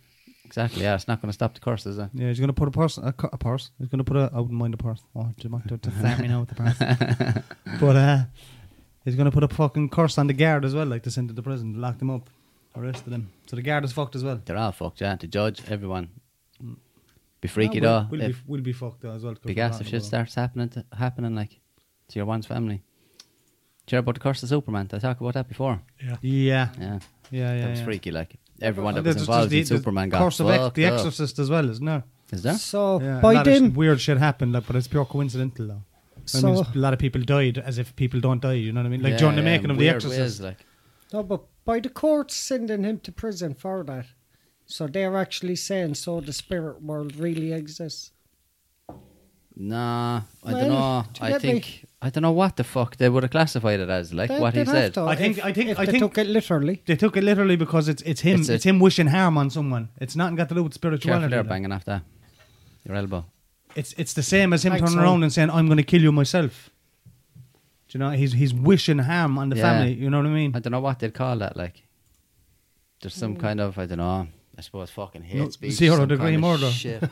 exactly, yeah. It's not going to stop the eh. curse, is it? Yeah, he's gonna put a person, a, cu- a purse. He's gonna put a. I wouldn't mind a purse. Oh, do you mind to, to start me now with the purse? but uh, he's gonna put a fucking curse on the guard as well, like to send to the prison, lock them up, arrested him. So the guard is fucked as well. They're all fucked. Yeah, the judge, everyone. Be freaky No, though. Mm. Oh, we'll, we'll, if be, we'll be fucked though as well. 'cause big we're ass not if in shit the world. starts happening to, happening like to your one's family. Do you hear about the curse of Superman? Did I talked about that before. Yeah. Yeah, yeah, Yeah. yeah. That was yeah. freaky. Like everyone that And was there's just- involved there's in Superman got curse of Ex- fucked the up. Exorcist as well, isn't there? Is there? So, Yeah, a by lot of sh- them, weird shit happened, like, but it's pure coincidental though. I mean, so, a lot of people died as if people don't die. You know what I mean? Like Yeah, during the yeah, making of The weird Exorcist. ways, like no, but by the courts sending him to prison for that. So they're actually saying, so the spirit world really exists. nah, I Well, don't know. do you I get me? think I don't know what the fuck they would have classified it as. Like They- what he they'd have said. to, I think- if- I think- if I they think- took it literally. They took it literally because it's it's him. It's It's, a- him wishing harm on someone. It's nothing got to do with Careful spirituality. there, like. banging off that your elbow. It's it's the same as him Thanks, turning Owen. around and saying, "I'm going to kill you myself." Do you know? He's he's wishing harm on the Yeah. family. You know what I mean? Hmm. I don't know what they'd call that. Like there's some kind of I don't know. I suppose fucking hate No, speech. zero some degree kind of murder. Shit.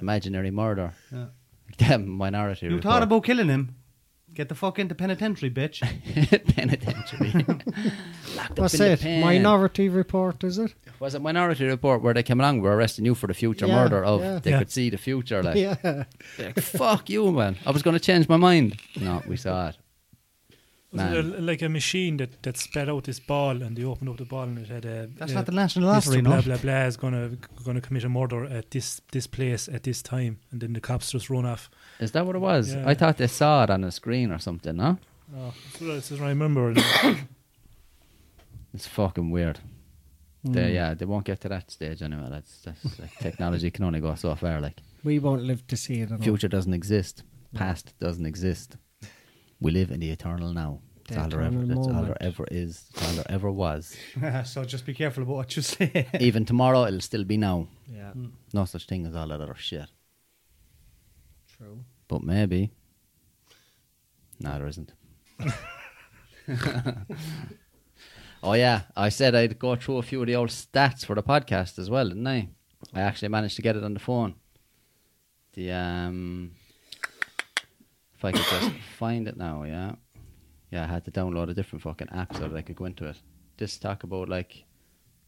Imaginary murder. Yeah. Damn minority. you report. thought about killing him? Get the fuck into penitentiary, bitch. penitentiary. Locked up What's in the it? pen. Minority report, is it? Was it Minority Report where they came along? We're arresting you for the future Yeah, murder of. yeah. They Yeah. could see the future. Like, yeah. Like, fuck you, man. I was going to change my mind. No, we saw it. Was Man. it a, like a machine that, that spat out this ball and they opened up the ball and it had a. That's a- not the national lottery, Mr. Blah no. blah blah is gonna gonna commit a murder at this this place at this time, and then the cops just run off. Is that what it was? Yeah. I thought they saw it on a screen or something, no? Oh, that's what I- that's what I remember. It's fucking weird. Hmm. They, yeah, they won't get to that stage anyway. That's, that's like technology can only go so far. Like, We won't live to see it. I know. future doesn't exist, past doesn't exist. We live in the eternal now. That's The all there ever. eternal That's all moment. there ever is. That's all there ever was. so just be careful about what you say. Even tomorrow, it'll still be now. Yeah, No such thing as all that other shit. true. But maybe. No, there isn't. oh yeah, I said I'd go through a few of the old stats for the podcast as well, didn't I? I actually managed to get it on the phone. The um, if I could just find it now, yeah, yeah, I had to download a different fucking app so that I could go into it. This talk about like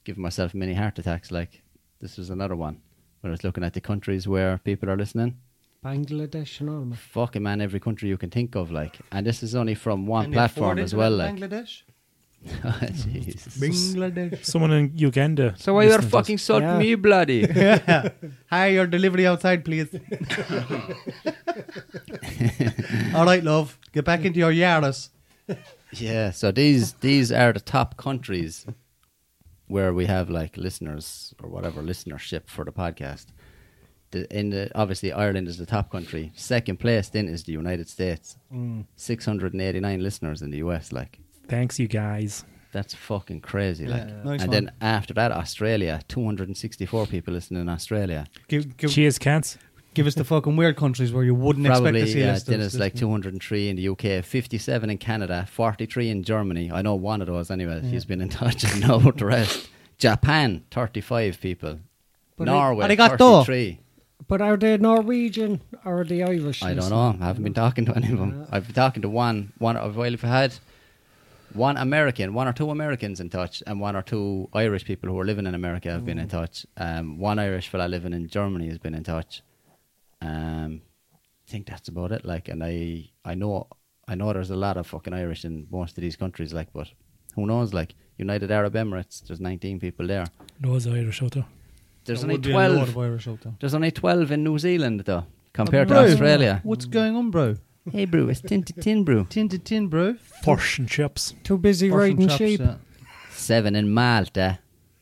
giving myself mini heart attacks, like this was another one when I was looking at the countries where people are listening. Bangladesh and all. man. Fucking man, every country you can think of, like, and this is only from one Can they afford platform it as in well, like. Bangladesh. Oh, Jesus. Bangladesh. Someone in Uganda. So why you are listening to us. fucking salt Yeah. me bloody? Hi, your delivery outside, please. All right, love. Get back into your Yaris. yeah. So these these are the top countries where we have like listeners or whatever listenership for the podcast. The, in the obviously Ireland is the top country. Second place then is the United States. Mm. Six hundred and eighty nine listeners in the US. Like Thanks, you guys. that's fucking crazy. Like, Yeah. Nice and one. then after that, Australia, two hundred and sixty four people listening in Australia. Give, give, Cheers, cats. give us the fucking weird countries where you wouldn't Probably, expect to see yeah. us. Then This- it's this like one. 203 in the UK, 57 in Canada, 43 in Germany. I know one of those anyway. He's been in touch. I know about the rest. Japan, 35 people. But they- Norway, are they got though? 33. But are they Norwegian or are they Irish? I don't know. I haven't been talking to any of them. I've been talking to one. One. I've well, if I had one American, one or two Americans in touch, and one or two Irish people who are living in America have been Mm. in touch. Um, one Irish fella living in Germany has been in touch. Um, I think that's about it. Like, and I, I know, I know there's a lot of fucking Irish in most of these countries. Like, but who knows? Like, United Arab Emirates, there's 19 people there. Those Irish out there. There's There only would be a 12. load of Irish out there. There's only 12 in New Zealand though, compared to Bro, Australia. What's going on, bro? Hey, brew, it's tin to tin, brew. Tin to tin, bro. Porsche and chips. Too busy riding sheep. Seven in Malta.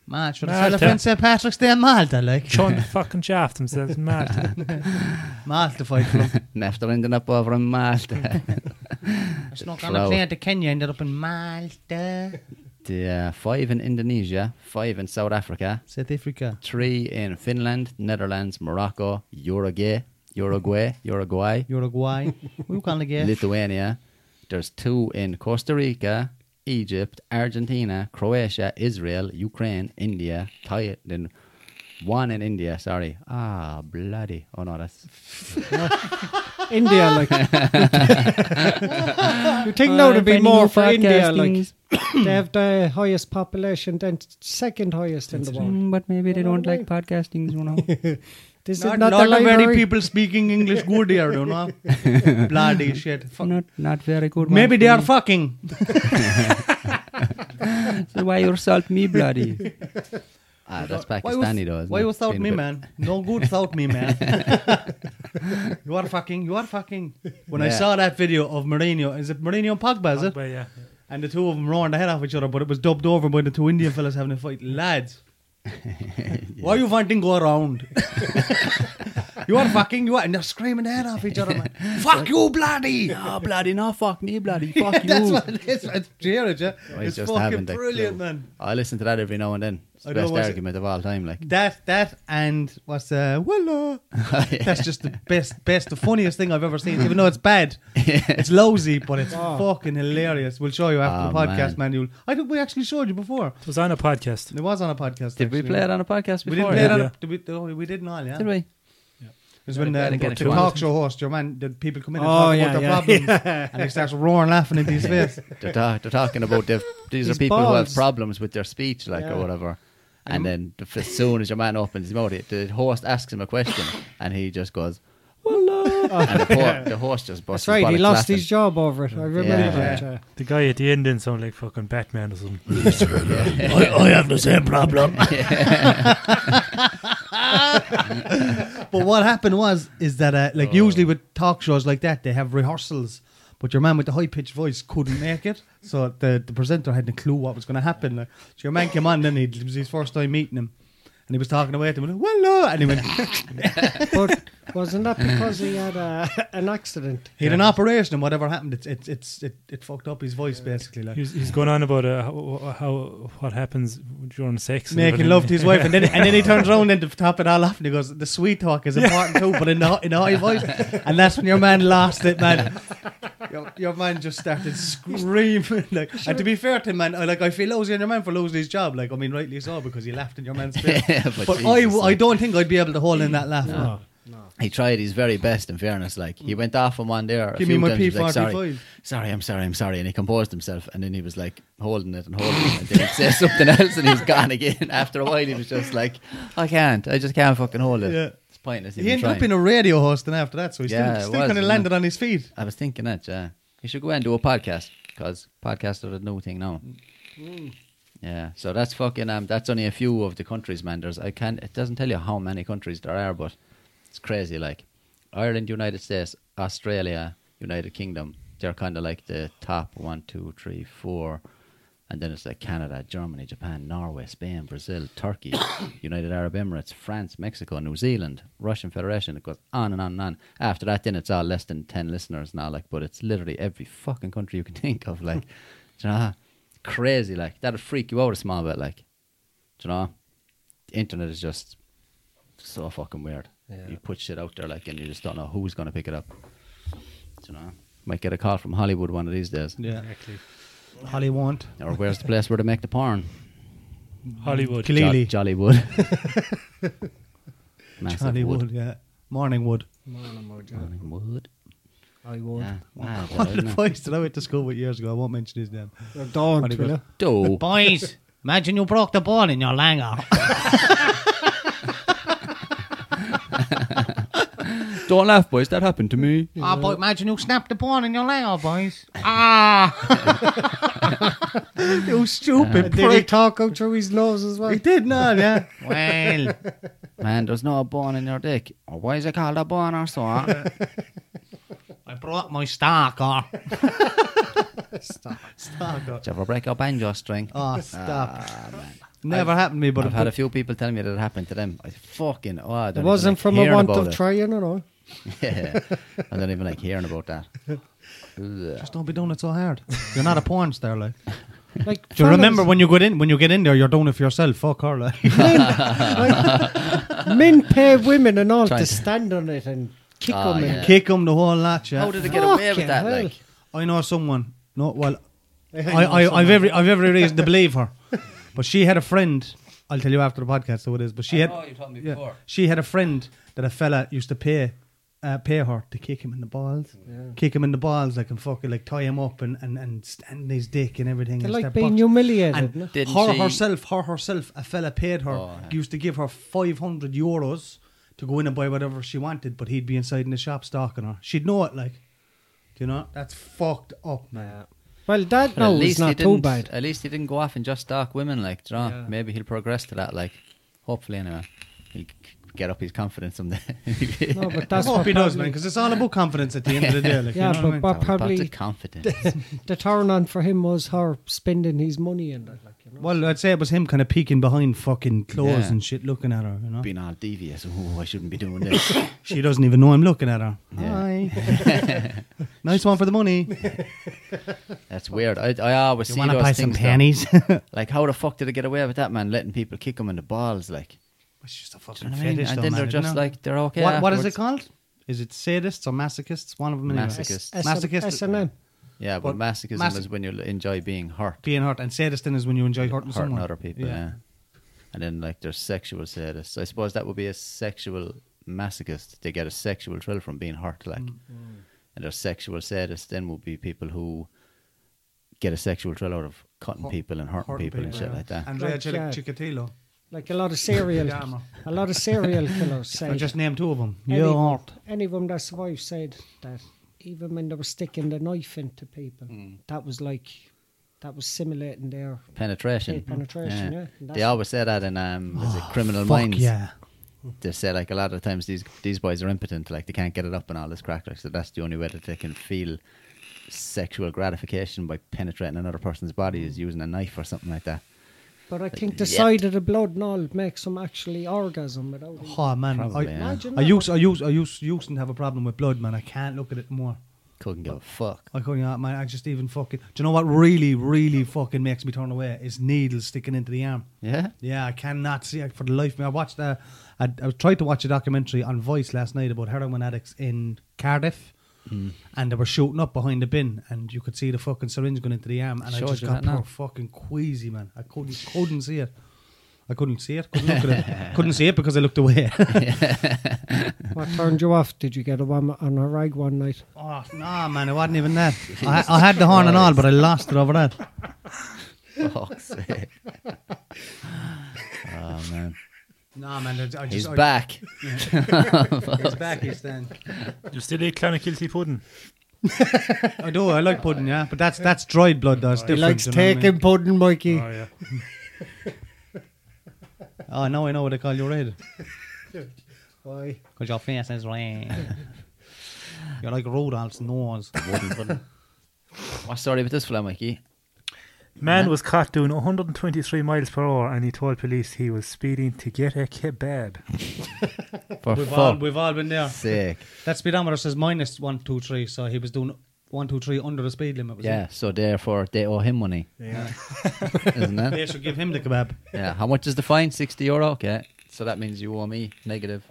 Man, should Malta. have said St. Patrick's Day in Malta, like. Chun fucking shaft themselves mad. Malta fight club. Efter ended up over in Malta. I snuck on a Flower. plane to Kenya, ended up in Malta. the, uh, five in Indonesia, five in South Africa, South Africa. three in Finland, Netherlands, Morocco, Uruguay, Uruguay, Uruguay, Uruguay. we can't get. Lithuania. There's two in Costa Rica, Egypt, Argentina, Croatia, Israel, Ukraine, India, Thailand. One in India, sorry. Ah, bloody. Oh, no, that's India, like. you think now there'd be more for India, like. they have the highest population, then second highest in the world. but maybe they don't like podcasting, you know. This Not, is not, not, the a very library. people speaking English good here, don't know. Bloody shit. Fuck. not not very good. Maybe they are fucking. So why you salt me, bloody? ah, that's Pakistani, though. Isn't Why it? you without Been me, good. man? No good without me, man. you are fucking. You are fucking. When I Yeah. saw that video of Mourinho, is it Mourinho and Pogba? Is it? But yeah. And the two of them roaring the head off each other, but it was dubbed over by the two Indian fellas having a fight. Lads, why you wanting go around? you are fucking, you are, and they're screaming the head off each other, man. Fuck you, bloody! Ah, bloody, no, fuck me, bloody, fuck you. That's what it is. It's, do you hear it, yeah? I it's just fucking haven't a brilliant, clue. man. I listen to that every now and then. It's the I know, best was it- argument of all time, like. That, that, and what's uh, Willow? That's just the best, best, the funniest thing I've ever seen, even though it's bad. It's lousy, but it's Oh. fucking hilarious. We'll show you after Oh, the podcast, man. man. You'll, I think we actually showed you before. It was on a podcast. It was on a podcast. Did we actually. play it on a podcast We before? didn't play yeah. that. Yeah. Did we, no, we didn't all, yeah. Did we? It was when Yeah, the, they get the, it twice. talk show host, your man, the people come in and Oh, talk yeah, about their yeah. problems, and he starts roaring, laughing into his face. They're, ta- they're talking about they've- these are He's people who have bald. problems with their speech, like Yeah. or whatever. And then the, f- as soon as your man opens his mouth, it- the host asks him a question, and he just goes, "Hello," and the, poor, the host just busts. That's right, he his bollocks lost laughing. his job over it. I remember Yeah. that. uh, The guy at the end didn't sound like fucking Batman or something. I, I have the same problem. But what happened was, is that uh, like usually with talk shows like that, they have rehearsals, but your man with the high pitched voice couldn't make it, so the, the presenter hadn't a clue what was going to happen. Like, so your man came on, then he, it was his first time meeting him, and he was talking away to him, like, well, no, and he went, he uh, But wasn't that because he had a, an accident? had an operation, and whatever happened, it's it's it's it, it fucked up his voice basically, like. He's, he's going on about uh, how, how what happens during sex. and making everything. love to his wife, and then and then he turns around and to top it all off, and he goes, "The sweet talk is important too, but in a, in a high voice." And that's when your man lost it, man. Your, your man just started screaming. Like, and to be fair to him, man, I, like I feel lousy on your man for losing his job. Like, I mean, rightly so because he laughed in your man's face. but but Oh, Jesus, I, w- I like- don't think I'd be able to hold in that laugh. man. He tried his very best, in fairness. Like he went off on one there. a Give me few my times, he was like, sorry, P45. sorry, I'm sorry, I'm sorry, and he composed himself, and then he was like holding it and holding it, and then he'd say something else, and he was gone again. After a while, he was just like, I can't, I just can't fucking hold it. Yeah. It's pointless. He even ended up trying." being a radio host, and after that, so he Yeah, it still, was, still kind of wasn't landed on his feet. I was thinking that, yeah. You should go and do a podcast because podcasts are the new thing now. Yeah, so that's fucking um, that's only a few of the countries, man. There's I can't. It doesn't tell you how many countries there are, but it's crazy. Like Ireland, United States, Australia, United Kingdom. They're kind of like the top one, two, three, four, And then it's like Canada, Germany, Japan, Norway, Spain, Brazil, Turkey, United Arab Emirates, France, Mexico, New Zealand, Russian Federation. It goes on and on and on. After that, then it's all less than 10 listeners now, like, but it's literally every fucking country you can think of. Like, do you know, crazy. Like, that'll freak you out a small bit. Like, do you know, the internet is just so fucking weird. Yeah. You put shit out there, like, and you just don't know who's going to pick it up. Do you know, might get a call from Hollywood one of these days. Yeah. Exactly. Holly want. Or where's the place where they make the porn? Hollywood. Kili- Clearly. Jo- Jollywood. Massive Holly wood. wood, yeah. Morning wood. Morning wood. I would. Yeah. Ah, Mad, One of the isn't it? boys that I went to school with years ago, I won't mention his name. Or Don't, Funny will bit. you? Do. Boys, imagine you broke the ball in your langer. Don't laugh, boys. That happened to me. Ah, boy, imagine you snapped the ball in your langer, boys. Ah! You stupid Did he prick. talk out through his nose as well? He did not, yeah. Well, Man, there's no bone in your dick. Or why is it called a bone or so? huh? I brought my stalker. Stop. God. Did you ever break your banjo string? Oh, stop. Never happened to me, but I've had a few people tell me that it happened to them. I fucking oh, I It don't even wasn't like from a hearing want about of it. trying at all. yeah. I don't even like hearing about that. Ugh. Just don't be doing it so hard. You're not a porn star, like. Like, Do you fellas, remember when you get in when you get in there, you're doing it for yourself. Fuck her, like. men pay women and all Trying to to- stand on it and kick Oh, them yeah. in. Kick him the whole lot, yeah. How did they get away Fucking with that? hell. Like, I know someone. No, well, I, I, I've every I've every reason to believe her, but she had a friend. I'll tell you after the podcast who it is. But she had Oh, you told me yeah, she had a friend that a fella used to pay uh, pay her to kick him in the balls, kick him in the balls, like and fucking like tie him up and and and stand his dick and everything. They and like start being boxing. humiliated. no? And Didn't her she- herself, her herself, a fella paid her, Oh, yeah. used to give her 500 euros to go in and buy whatever she wanted, but he'd be inside in the shop stalking her. She'd know it, like, do you know? That's fucked up, man. Well, But that at now is least he not too didn't. bad. At least he didn't go off and just stalk women. Like, do you know, Yeah. maybe he'll progress to that. Like, hopefully, anyway, he'll c- get up his confidence someday. No, but I that's hope what he does, man, probably- because it's all about confidence at the end of the day. Like, Yeah, you know but what I mean? Bob- About the probably- confidence. The turn on for him was her spending his money and that. Like, you know. well, I'd say it was him kind of peeking behind fucking clothes Yeah. and shit, looking at her. You know, Being all devious. Oh, I shouldn't be doing this. she doesn't even know I'm looking at her. Yeah. Hi, nice one for the money. That's weird. I, I always You see want to those buy some things. though. pennies? Like, how the fuck did they get away with that, man? Letting people kick him in the balls, like. It's just a Do fucking you know what I mean? fetish, And though, then man, they're isn't just it? like they're okay. what, what is it afterwards. called? Is it sadists or masochists? One of them, anyway. Masochist. S- Masochist. S&M. Yeah, but But masochism mas- is when you l- enjoy being hurt, being hurt and sadist then is when you enjoy hurting hurting, someone. other people. Yeah. and then like there's sexual sadists. I suppose that would be a sexual masochist. They get a sexual thrill from being hurt, like. Mm. And there's sexual sadists. Then would be people who get a sexual thrill out of cutting Hurt- people and hurting Hurting people, and shit like that. Andrea Like, Chic- yeah. Chikatilo. Like a lot of serial, Damn. a lot of serial killers say. I just named two of them. Any- You hurt. Any of them that survived said that even when they were sticking the knife into people, Hmm. that was like that was simulating their Penetration. Hey, penetration, yeah. And They that's- always say that in um, is it Criminal Oh, Fuck Minds? yeah. they say like a lot of times these these boys are impotent, like they can't get it up and all this crack. Like, so that's the only way that they can feel sexual gratification by penetrating another person's body Mm. is using a knife or something like that. But I think the side of the blood and all makes them actually orgasm without. even- Oh man, Probably, I, yeah. Imagine I that. used I used I used used to have a problem with blood, man. I can't look at it more. Couldn't give a fuck. I couldn't, man. I just even fucking. Do you know what really, really fucking makes me turn away is needles sticking into the arm. Yeah, Yeah, I cannot see it for the life of me. I watched a, I, I tried to watch a documentary on Voice last night about heroin addicts in Cardiff, Hmm. and they were shooting up behind the bin, and you could see the fucking syringe going into the arm, and I Showed just you got that now. poor fucking queasy, man. I couldn't couldn't see it. I couldn't see it. Couldn't look at it. Couldn't see it because I looked away. What turned you off? Did you get a one on a rag one night? oh no, man! It wasn't even that. I, I had the horn and all, but I lost it over that. fuck's sake. oh man, No, man. I, I just, he's I, back. He's back. He's then. You still eat Clanna Kilty pudding? I do. I like pudding, yeah, but that's that's dried blood. That's He different. likes you know what I mean? taking pudding, Mikey. Oh yeah. Oh, now I know what they call you red. Why? Because your face is red. You're like Rudolph's nose. What's the story with this fella, Mikey? Man was caught doing 123 miles per hour and he told police he was speeding to get a kebab. For We've all, fuck's we've all been there. sake. That speedometer says minus one, two, three, so he was doing one, two, three under the speed limit. Was he? Yeah, so therefore they owe him money, Yeah. isn't it? they should give him the kebab. Yeah. How much is the fine? 60 euro? Okay. So that means you owe me negative.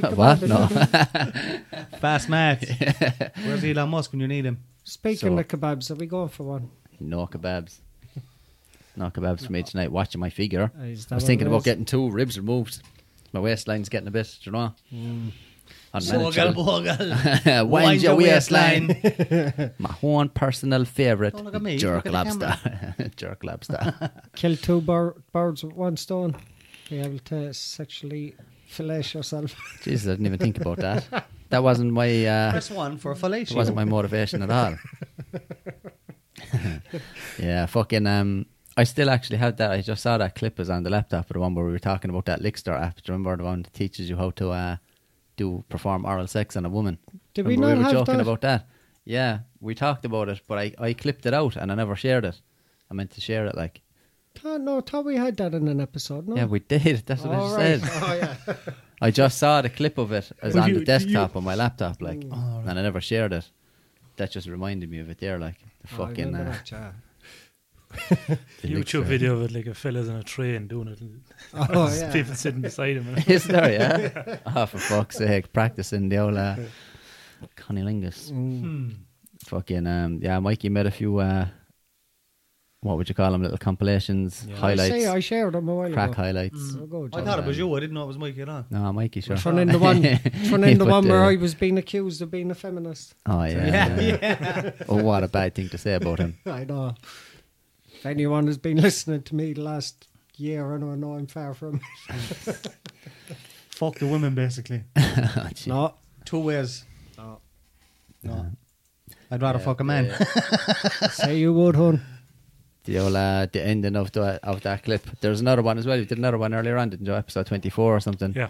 What? kebab. No. Fast math. Where's Elon Musk when you need him? Speaking So- of kebabs, are we going for one? no kebabs. No kebabs for me tonight, watching my figure. Uh, is I that was what thinking it about is? getting two ribs removed. My waistline's getting a bit, do you know? I'd manage Bogle, it. bogle. Wind your waistline. waistline. My own personal favourite. Don't look at me, Jerk look at the lobster. Jerk lobster. Kill two bir- birds with one stone. Be able to sexually fillet yourself. Jesus, I didn't even think about that. That wasn't my uh, Press one for a It fellatio. wasn't my motivation at all. yeah, fucking. Um, I still actually had that. I just saw that clip was on the laptop, the one where we were talking about that Lickster app. Do you remember the one that teaches you how to uh, do perform oral sex on a woman? Did we remember not we were have joking that? about that? Yeah, we talked about it, but I, I clipped it out and I never shared it. I meant to share it, like Thought- no, thought we had that in an episode. No. yeah, we did. That's what All I right. Oh, said. I just saw the clip of it as But on you- the you- desktop on my laptop, like, Oh, and I never shared it. That just reminded me of it there, like the Oh, I fucking. remember Uh, that, yeah. the YouTube Lickster. video of it, like a fella's on a train doing it. and Oh, yeah. People sitting beside him. and- Is there, yeah? oh, for fuck's sake, practicing the old uh, cunnilingus. Mm. Hmm. Fucking, um, yeah, Mikey made a few, uh, what would you call them, little compilations, I, say, I highlights, shared them a while crack ago. highlights. So good. I thought it was you. I didn't know it was Mikey at all. No, Mikey, sure. uh, Turn in the one, turn He in the put one where the- I was being accused of being a feminist. Oh, yeah. yeah, Oh, what a bad thing to say about him. I know. uh, If anyone has been listening to me the last year, I know, I know I'm far from. Fuck the women, basically. Oh, gee. no, Two ways. No. No. I'd rather fuck a man. say you would, hon. the old, uh, the ending of the of that clip. There's another one as well. You did another one earlier on, didn't you? Episode twenty four or something. Yeah.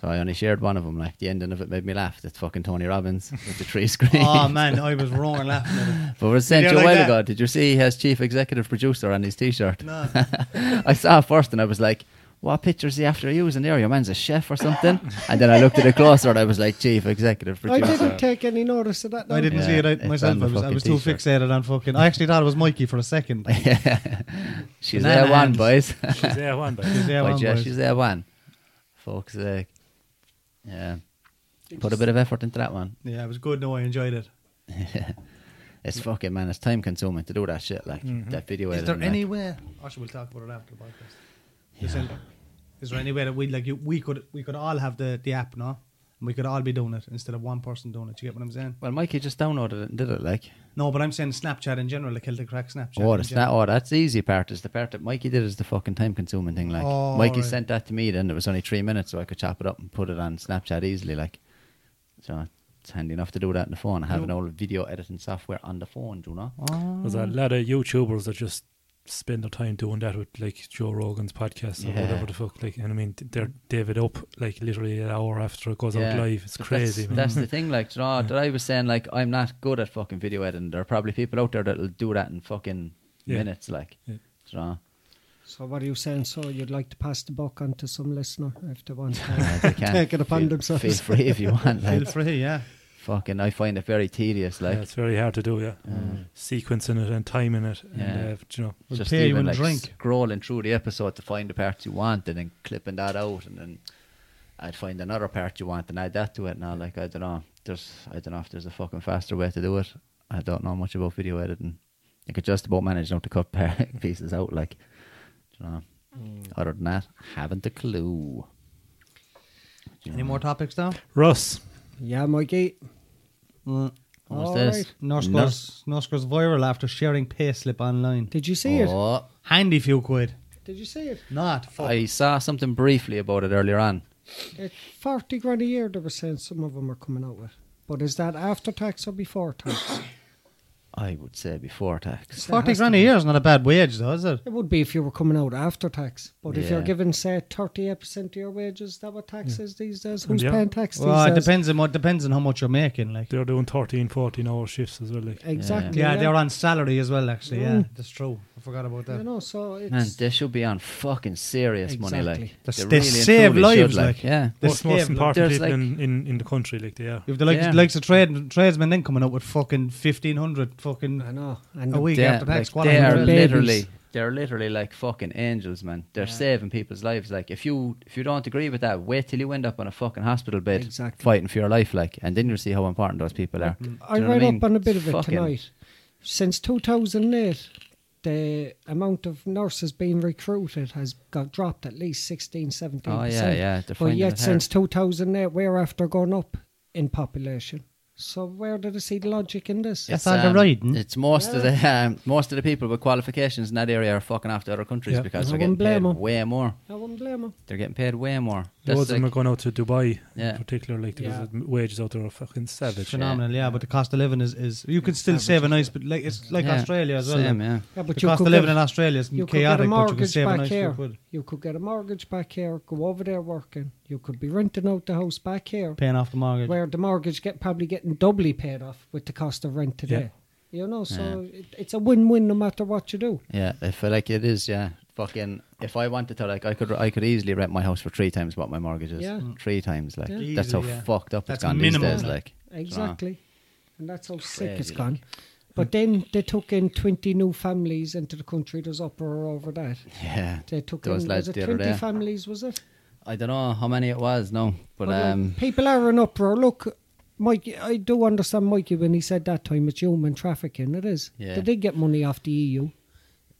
So I only shared one of them. Like the ending of it made me laugh. That's fucking Tony Robbins with the tree screen. oh, man, I was roaring laughing at But we sent Yeah, you a like while that. ago. Did you see he has chief executive producer on his t-shirt? it. No. I saw it first and I was like, "What picture is he after using there? Your man's a chef or something." and then I looked at it closer and I was like, "Chief executive Oh, I producer." didn't take any notice of that. No. uh, I didn't Yeah, see it out it's on myself. the I was, I fucking was too t-shirt. fixated on fucking. I actually thought it was Mikey for a second. She's Banana there one, hands. boys. She's there one day. Yeah, Why, one Jess, was. she's there one. Fuck's sake. Yeah. Put a bit of effort into that one. yeah, it was good. No, I enjoyed it. It's fucking man, it's time consuming to do that shit like that video Mm-hmm. Is there editing, any like. way? Actually, we'll talk about it after the podcast. Listen, is there any way that we like you, we could we could all have the the app now, and we could all be doing it instead of one person doing it? You get what I'm saying? Well Mikey just downloaded it and did it like. No, but I'm saying Snapchat in general, like Celtic Crack Snapchat. Oh, in that's that. general. Oh, that's the easy part. Is the part that Mikey did is the fucking time consuming thing. Like Oh, Mikey right. sent that to me, then it was only three minutes, so I could chop it up and put it on Snapchat easily. Like, so it's handy enough to do that on the phone. I have an old video editing software on the phone. Do you know? There's a lot of YouTubers that just spend their time doing that with like Joe Rogan's podcast or Yeah. whatever the fuck. Like, and I mean, th- they're David up like literally an hour after it goes out Yeah. live. It's But crazy. That's, man. that's the thing, like, you know, that I was saying, like, I'm not good at fucking video editing. There are probably people out there that'll do that in fucking Yeah. minutes, like, Yeah. you know, So what are you saying? So you'd like to pass the buck on to some listener if they want to. uh, they can Take it upon feel, themselves. Feel free if you want, Feel like, free, yeah. fucking, I find it very tedious, yeah, like, it's very hard to do. Yeah, sequencing it and timing it, and Yeah. uh, you know, We'll just pay you even and like drink. scrolling through the episode to find the parts you want, and then clipping that out, and then I'd find another part you want and add that to it. And all like, I don't know, there's, I don't know if there's a fucking faster way to do it. I don't know much about video editing. I could just about manage not to cut par- pieces out, like, you know. Mm. Other than that, haven't a clue. Do you Any know? more topics now? Russ. yeah, Mikey. Mm. What's All this? right. Nurse Nor- goes, nurse goes viral after sharing payslip online. Did you see it? Oh, Handy few quid. Did you see it? Not fuck. I saw something briefly about it earlier on. It forty grand a year. They were saying some of them are coming out with. But is that after tax or before tax? I would say before tax. 40 grand a year is not a bad wage, though, is it? It would be if you were coming out after tax. But if you're Yeah. given, say, 38% of your wages, is that what tax is these days? Who's Yeah. paying tax Hmm. Well, it these days? depends on what depends on how much you're making. Like, They're doing 13, 14 hour shifts as well. Like, Exactly. yeah, they're on salary as well. Actually, yeah, Mm. that's true. I forgot about You that. know, so it's. Man, they should be on fucking serious money, Exactly. like They s- really they and save truly should, lives, like. yeah. They most, most save, like, important there's people in, in, in the country, like they are. If the like, Yeah. likes of trade tradesmen then coming out with fucking fifteen hundred I fucking know. And a week They- after tax. like, what they a are hundred. babies. literally they're literally like fucking angels, man. They're saving people's lives. Like if you if you don't agree with that, wait till you end up on a fucking hospital bed Exactly. Mm-hmm. fighting for your life, like, and then you'll see how important those people are. Do you I know what read mean? up on a bit It's of it fucking- tonight. Since 2008, the amount of nurses being recruited has got dropped at least 16, 17%. Oh yeah, yeah. They're But finding yet, it hard. since 2008, we're after going up in population. So where did I see the logic in this? That's all the riding. um, It's most of the um, most of the people with qualifications in that area are fucking off to other countries Yeah. because I they're getting wouldn't blame paid 'em. way more. I wouldn't blame them. They're getting paid way more. That's Loads of them are like- going out to Dubai Yeah. in particular, like, because Yeah. the wages out there are fucking savage. phenomenal. Yeah. but the cost of living is, is you could still save a nice, but like it's like yeah, Australia as well. Same, like. yeah. Yeah, The but you cost could of living in get, Australia is you could get a chaotic, but you can mortgage save a back nice few here. quid. you could get a mortgage back here, go over there working. You could be renting out the house back here, Paying off the mortgage. where the mortgage get probably getting doubly paid off with the cost of rent today. You know, so it, it's a win-win no matter what you do. Yeah, I feel like it is. Yeah, fucking. If I wanted to, like, I could, I could easily rent my house for three times what my mortgage is. Yeah. Mm. three times. Like, Yeah. that's how Easily, yeah. fucked up it's That's gone minimal, these days. like. Like, Exactly. And that's how sick Crazy, it's like. gone. But then they took in 20 new families into the country. There's uproar over that. yeah, They took Those in, lads was it the other 20 day. families, was it? I don't know how many it was. No, but Well, um, people are in uproar. Look, Mike, I do understand Mikey when he said that time it's human trafficking. It is. Yeah. They did get money off the EU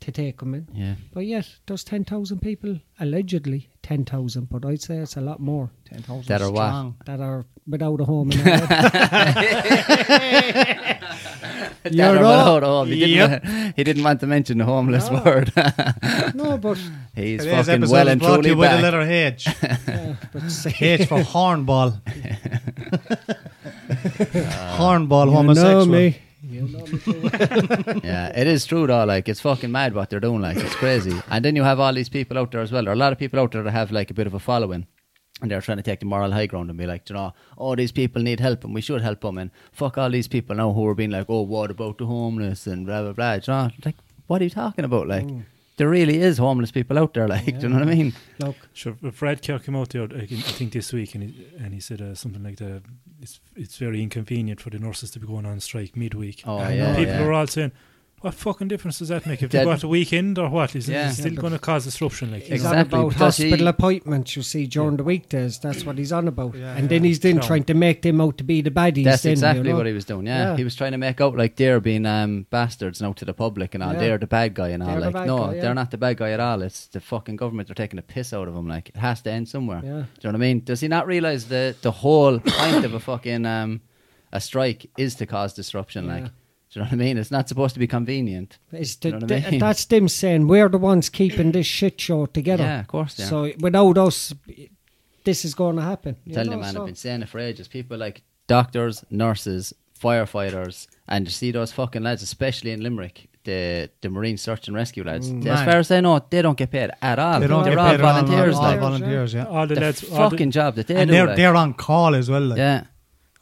to take them in. yeah, But yet, there's 10,000 people, allegedly 10,000, but I'd say it's a lot more that or what? Strong. that are without a home. in Ireland. That You're or all- what? Oh, He didn't, wa- he didn't want to mention the homeless No. word. no, but, He's Today's fucking episode well is and brought to truly you with a back. letter H. uh, but say, H for hornball. hornball homosexual. you know me too. yeah, it is true though. Like it's fucking mad what they're doing. Like it's crazy. and then you have all these people out there as well. There are a lot of people out there that have like a bit of a following. And they're trying to take the moral high ground and be like, "Do you know, all these people need help and we should help them. And fuck all these people now who are being like, oh, what about the homeless and blah, blah, blah. Do you know, like, what are you talking about? Like, there really is homeless people out there. Like, do you know what I mean? Look, Sure, uh, Fred Kerr came out there, I think- I think this week, and he, and he said uh, something like that. It's it's very inconvenient for the nurses to be going on strike midweek. Oh, And yeah, people yeah. are all saying, "What fucking difference does that make if they That- got a weekend or what? Is Yeah. it Yeah, still but- going to cause disruption?" Like, you he's know? on Exactly, about because he- hospital appointments, you see, during the weekdays. That's what he's on about. Yeah, and then he's then No. trying to make them out to be the baddies. That's then, you exactly know? what he was doing. Yeah. Yeah. he was trying to make out like they're being um, bastards now to the public and all. Yeah. They're the bad guy and all. They're the like, bad no, guy, yeah. they're not the bad guy at all. It's the fucking government. They're taking a piss out of him. Like, it has to end somewhere. Yeah. Do you know what I mean? Does he not realize the the whole point of a fucking um, a strike is to cause disruption? Like, Yeah. do you know what I mean? It's not supposed to be convenient. It's the, You know what I the- mean? that's them saying we're the ones keeping this shit show together. Yeah, of course they are. So without us, this is going to happen. I'm you telling know, you, man, so- I've been saying it for ages. People like doctors, nurses, firefighters, and you see those fucking lads, especially in Limerick, the the Marine Search and Rescue lads. They- as Mm. Man. far as I know, they don't get paid at all. They don't are get all paid at all, volunteers. all like, volunteers, yeah. all the, the lads, all fucking the, job that they and do. they're like. they're on call as well. Like. yeah,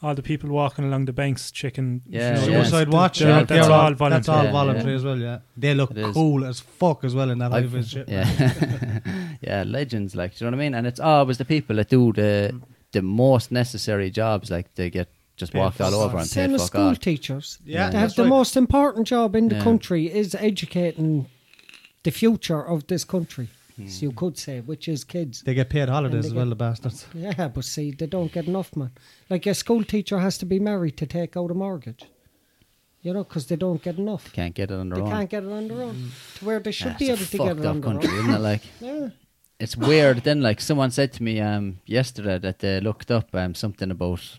all the people walking along the banks checking Yeah, you know, yeah. Suicide the- watch. they're- yeah, that's they're all That's voluntary. all Yeah, voluntary yeah. as well. Yeah, they look It is. cool as fuck as well in that I've- high shit. yeah, yeah, legends. Like, do you know what I mean? And it's always the people that do the the most necessary jobs. Like, they get just Paid walked all fuck over all. and Same paid as fuck school all. teachers. Yeah, they have that's the right. most important job in the Yeah. country is educating the future of this country. So you Hmm. could say, which is kids. They get paid holidays they as well, get- the bastards. Yeah, but see, they don't get enough, man. Like a school teacher has to be married to take out a mortgage. You know, because they don't get enough. Can't get it on their They own. can't get it on their Hmm. own. To where they should Yeah, be able it's to a get fucked it on up their country, own. isn't it? Like. Yeah. it's weird then like someone said to me um yesterday that they looked up um something about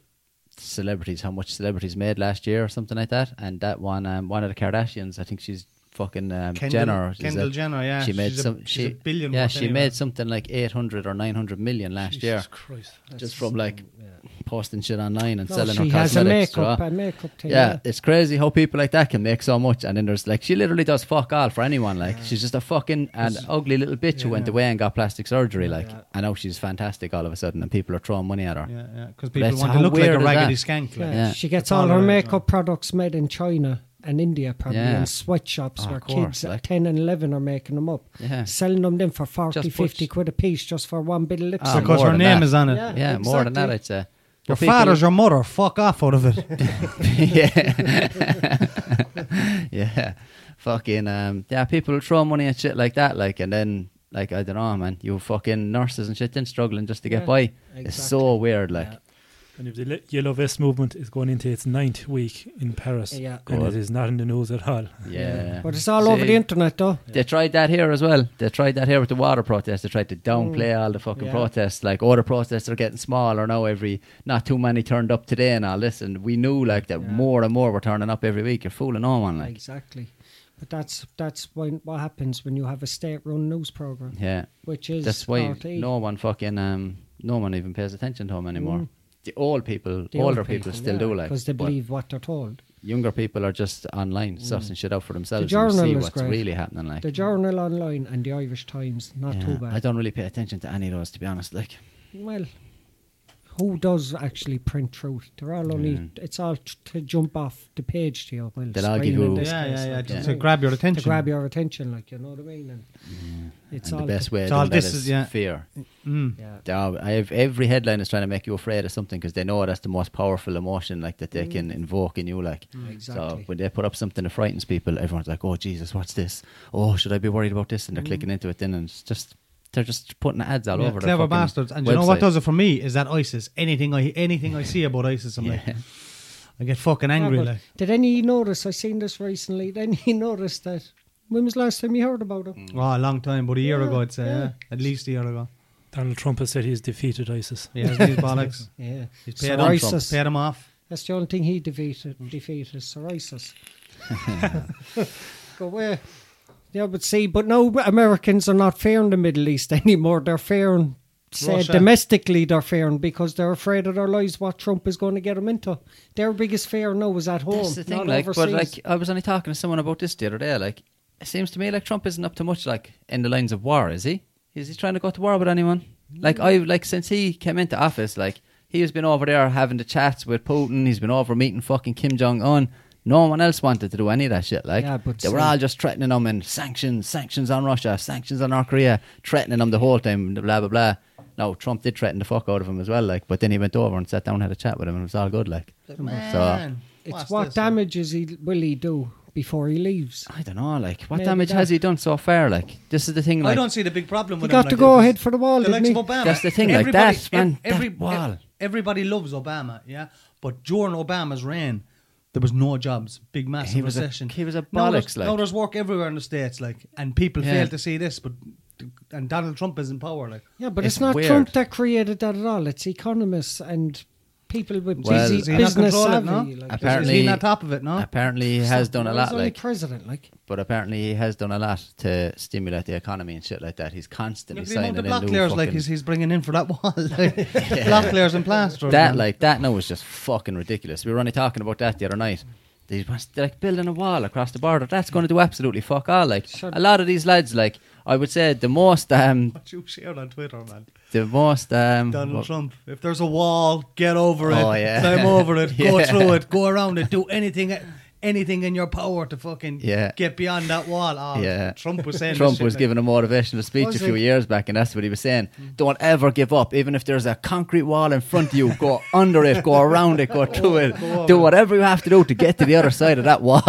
celebrities how much celebrities made last year or something like that and that one um one of the kardashians i think she's fucking um, Kendall, Jenner. is Kendall it? Jenner, yeah. she made she's some. she, A, she's a billion. yeah, worth she anyway. made something like eight hundred or nine hundred million last year, Christ. just from like posting shit online and No, selling she her has a cosmetics. makeup, right? a makeup team. yeah, it's crazy how people like that can make so much, and then there's like she literally does fuck all for anyone. Like she's just a fucking and ugly little bitch who went away and got plastic surgery. Like I know she's fantastic all of a sudden, and people are throwing money at her. Yeah, yeah. Because That's people want to how look like a weird is raggedy that? skank. Yeah, Like. Yeah. She gets That's all all her there is, makeup products made in China and India, probably, Yeah. Oh, in sweatshops Of where course, kids at like- 10 and 11 are making them up. Yeah. Selling them then for 40, Eh. Just put- 50 quid a piece just for one bit of lipstick. Ah, Because more her than name that. is on it. Yeah. Yeah, more than that, exactly. I'd say. Your But people- father's your mother. Fuck off out of it. yeah, yeah, fucking um, yeah. People throw money at shit like that, like, and then like I don't know, man. You fucking nurses and shit, then struggling just to get Yeah, by. Ah, It's exactly. so weird, like. Yeah. And if the le- yellow vest movement is going into its ninth week in Paris, Yeah. and Good. it is not in the news at all. Yeah. But it's all See, over the internet, though. They tried that here as well. They tried that here with the water protests. They tried to downplay all the fucking Mm. yeah. protests. Like all the protests are getting smaller now. Every not too many turned up today and all this. And we knew like that more and more were turning up every week. You're fooling no one, like. Exactly. But that's that's when, what happens when you have a state run news program, Yeah. which is That's why RT. no one fucking um, no one even pays attention to them anymore. The old people, Mm. The older old people, still do like, Because they but believe what they're told. younger people are just online sussing shit out for themselves The and journal see is what's great. really happening. Like, The Journal Online and the Irish Times, not Yeah, too bad. I don't really pay attention to any of those, to be honest. Like, Well, who does actually print truth? They're all only, Mm. it's all t- to jump off the page to you. Well, They'll all screen give in you- this Yeah, case, yeah, yeah. like, To, you to know, grab your attention. to grab your attention, like, you know what I mean? And it's and all the best way of It's all doing that this is is- yeah. fear. Mm. Yeah. They are- I have every headline is trying to make you afraid of something because they know that's the most powerful emotion, like that they Mm. can invoke in you. Like, so Exactly. when they put up something that frightens people, everyone's like, "Oh Jesus, what's this? Oh, should I be worried about this?" And they're clicking into it, then and it's just they're just putting ads all Mm. Yeah, over. their clever fucking bastards. And you know what website. does it for me is that ISIS. Anything I anything I see about ISIS, I'm Yeah. like, I get fucking Yeah, angry. but like, Did any notice, I seen this recently, did any notice that, when was the last time you heard about Mm. it? oh, a long time, but a year Yeah, ago, I'd say, yeah. yeah. at least a year ago. Donald Trump has said he's defeated ISIS. Yeah, these bollocks. Yeah. He's Sir paid, on them, ISIS. paid them off. That's the only thing he defeated, defeated Sir ISIS. Go away. uh, Yeah, but see, but no, Americans are not fearing the Middle East anymore. They're fearing, say, Russia. domestically, they're fearing because they're afraid of their lives, what Trump is going to get them into. Their biggest fear now is at home. That's the thing, not like, overseas. but like, I was only talking to someone about this the other day. Like, it seems to me like Trump isn't up to much, like, in the lines of war, is he? Is he trying to go to war with anyone? Like, I like since he came into office, like, he has been over there having the chats with Putin. He's been over meeting fucking Kim Jong Un. No one else wanted to do any of that shit. Like, Yeah, but they were see- all just threatening them and sanctions, sanctions on Russia, sanctions on North Korea, threatening them the whole time. Blah blah blah. No, Trump did threaten the fuck out of him as well. Like, but then he went over and sat down, and had a chat with him, and it was all good. Like, so it's what damages he will he do before he leaves? I don't know, like what Maybe damage that- has he done so far? Like this is the thing, like I don't see the big problem He with got him, to like, go it was- ahead for the wall, the didn't likes he? of Obama. That's the thing, like, Everybody- that's, man, ev- every- that wall. ev- Everybody loves Obama, yeah. But during Obama's reign, there was no jobs, big massive He was a- recession. he was a Now there's- bollocks, like. Now there's work everywhere in the states, like, and people Yeah. fail to see this. But and Donald Trump is in power, like. Yeah, but It's it's, not weird. Trump that created that at all. It's economists and people with Well- busy Is he not business savvy. controlling it, no? like, Apparently- Is he on top of it, no? apparently he has done a Well, lot, he's only like president, like but apparently he has done a lot to stimulate the economy and shit like that. He's Look constantly at the signing amount of in block new layers, like fucking- he's, he's bringing in for that wall, like, block layers and plaster. that man. like that now is just fucking ridiculous. We were only talking about that the other night. They was like building a wall across the border. That's going to do absolutely fuck all. Like Sure. a lot of these lads, like I would say, the most um, What you shared on Twitter, man. the most um, Donald what- Trump. If there's a wall, get over it. Oh, yeah. Climb over it. Go Yeah. through it. Go around it. Do anything, anything in your power to fucking Yeah. get beyond that wall. Oh, Yeah. Trump was saying. Trump this shit, was like, giving a motivational speech Was a few he? years back, and that's what he was saying. Don't ever give up, even if there's a concrete wall in front of you. Go under it, go around it, go through it. do whatever you have to do to get to the other side of that wall.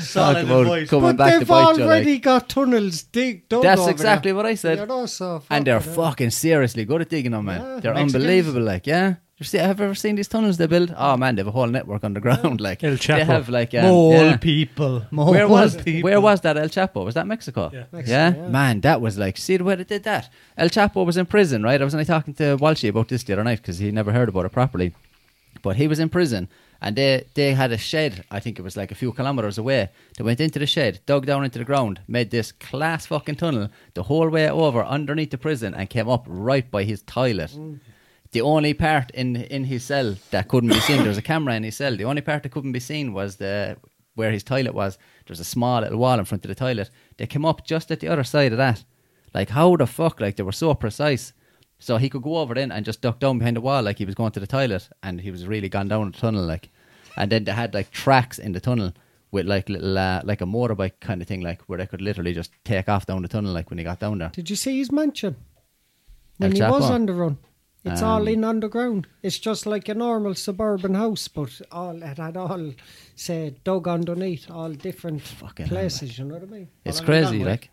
solid Talk about advice. coming But back to they've bite you. already Like, got tunnels digged. dug that's over exactly there. what I said. You know, so and they're fucking hell. fucking seriously good at digging them, man. Yeah, they're Mexicans. unbelievable. Like, yeah. You see, have you ever seen these tunnels they build? Oh man, they have a whole network underground. Like El they Chapo. have like um, Mole yeah. people. Mole Where was people. where was that El Chapo? Was that Mexico? Yeah. Mexico, yeah. man, that was like see the way they did that. El Chapo was in prison, right? I was only talking to Walshy about this the other night because he never heard about it properly, but he was in prison And they, they had a shed, I think it was like a few kilometers away. They went into the shed, dug down into the ground, made this class fucking tunnel the whole way over underneath the prison and came up right by his toilet. Mm. The only part in in his cell that couldn't be seen, there was a camera in his cell. The only part that couldn't be seen was the where his toilet was. There was a small little wall in front of the toilet. They came up just at the other side of that. Like how the fuck? Like they were so precise. So he could go over then and just duck down behind the wall like he was going to the toilet, and he was really gone down the tunnel like. And then they had like tracks in the tunnel with like little uh, like a motorbike kind of thing like where they could literally just take off down the tunnel like when he got down there. Did you see his mansion? When El he was Chapo? on the run. It's all Um, in underground. It's just like a normal suburban house, but all it had all say dug underneath, all different Fucking hell, places, you know what I mean? It's Well, I mean, that crazy way- like.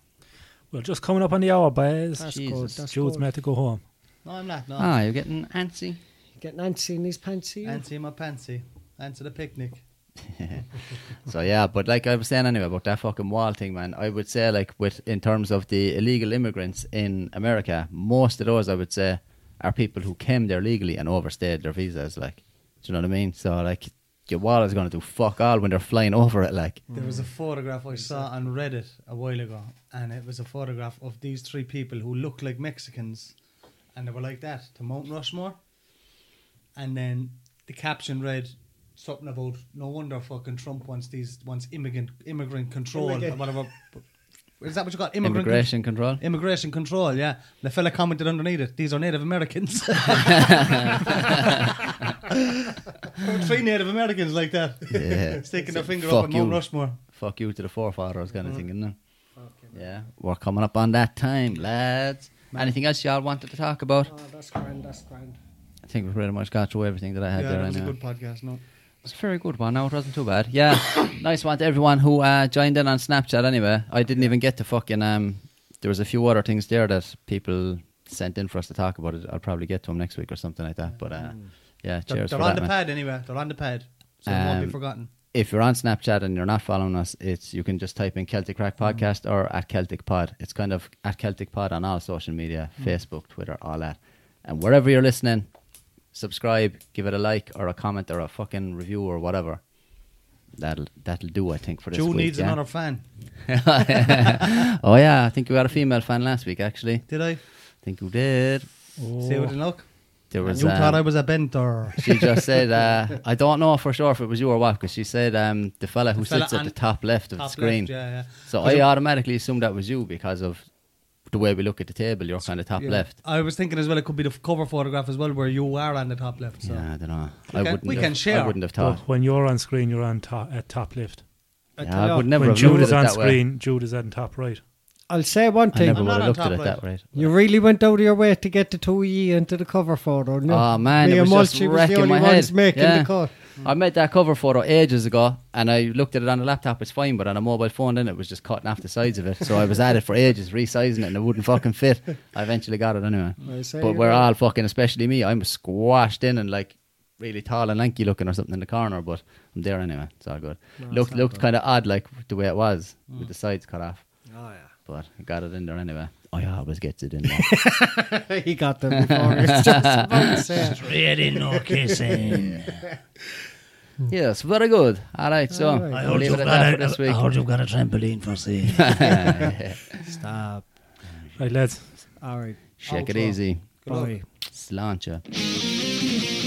Well, just coming up on the hour, boys. That's Jesus. good. That's Jude's good. meant to go home. No, I'm not. No. Ah, you're getting antsy. Getting antsy in his pantsy. you. Fancy my fancy. Fancy the picnic. So yeah, but like I was saying anyway about that fucking wall thing, man. I would say like with in terms of the illegal immigrants in America, most of those I would say are people who came there legally and overstayed their visas. Like, do you know what I mean? So like, your wall is gonna do fuck all when they're flying over it. Like, There was a photograph I saw on Reddit a while ago, and it was a photograph of these three people who looked like Mexicans, and they were like that to Mount Rushmore. And then the caption read something about no wonder fucking Trump wants these wants immigrant immigrant control or whatever. Is that what you got? Immigrant con- immigration control. Immigration control, yeah. The fella commented underneath it, these are Native Americans. Three Native Americans like that. Yeah. Sticking their finger Fuck up at Mount you. Rushmore. Fuck you to the forefathers Mm-hmm. kind of thing, isn't it? Yeah, we're coming up on that time, lads. Anything else y'all wanted to talk about? Oh, that's grand, that's grand. I think we pretty much got through everything that I had Yeah, there. that was a anyway. good podcast, no? It's a very good one. No, it wasn't too bad. Yeah, nice one to everyone who uh, joined in on Snapchat. Anyway, I didn't even get to fucking. Um, there was a few other things there that people sent in for us to talk about. It. I'll probably get to them next week or something like that. But uh, yeah, Mm. They're, cheers they're for on that, the man. pad anyway. They're on the pad. So it won't be Um, forgotten. If you're on Snapchat and you're not following us, it's you can just type in Celtic Crack Mm-hmm. Podcast or at Celtic Pod. It's kind of at Celtic Pod on all social media, Mm-hmm. Facebook, Twitter, all that, and wherever you're listening, subscribe, give it a like or a comment or a fucking review or whatever. That'll that'll do, I think, for this Joe week. needs yeah? another fan. oh yeah, I think we had a female fan last week. Actually, I Did I? think you did. See what in luck. Oh. There was. you um, thought I was a benter. she just said, uh, I don't know for sure if it was you or what, because she said um, the fella who The fella sits at on the top left of top the screen. left, yeah, yeah. So 'Cause I it- automatically assumed that was you because of the way we look at the table. You're kind of top Yeah. left. I was thinking as well, it could be the f- cover photograph as well, where you are on the top left. So Yeah, I don't know. We I can- wouldn't. we have, can share. I wouldn't have But thought. when you're on screen, you're on top at top left. I yeah, tell you, I would never when have Jude looked is at it on that way. screen, Jude is on top right. I'll say one I thing. never I'm would have not on looked at top it right. that way. You really went out of your way to get the two ye into the cover photo. No? Oh man, Me it and was just Mulchy was the wrecking only my ones head. making yeah. the cut. I made that cover photo ages ago, and I looked at it on the laptop. It's fine, but on a mobile phone, then it was just cutting off the sides of it. So I was at it for ages, resizing it, and it wouldn't fucking fit. I eventually got it anyway. I say But you we're know. all fucking, especially me. I'm squashed in and like really tall and lanky looking or something in the corner, but I'm there anyway. It's all good. looked looked kind of odd, like the way it was with the sides cut off. Mm. Oh, But I got it in there anyway. I always gets it in there. yeah. he got them before. It's just about to say. Really no kissing. yes, very good. All right, so All right. I I heard leave you've it at that for got this a, week. I heard you've got a trampoline for sale. Stop. Right, lads. All right. Shake it Outro. easy. Good luck. Bye. Sláinte.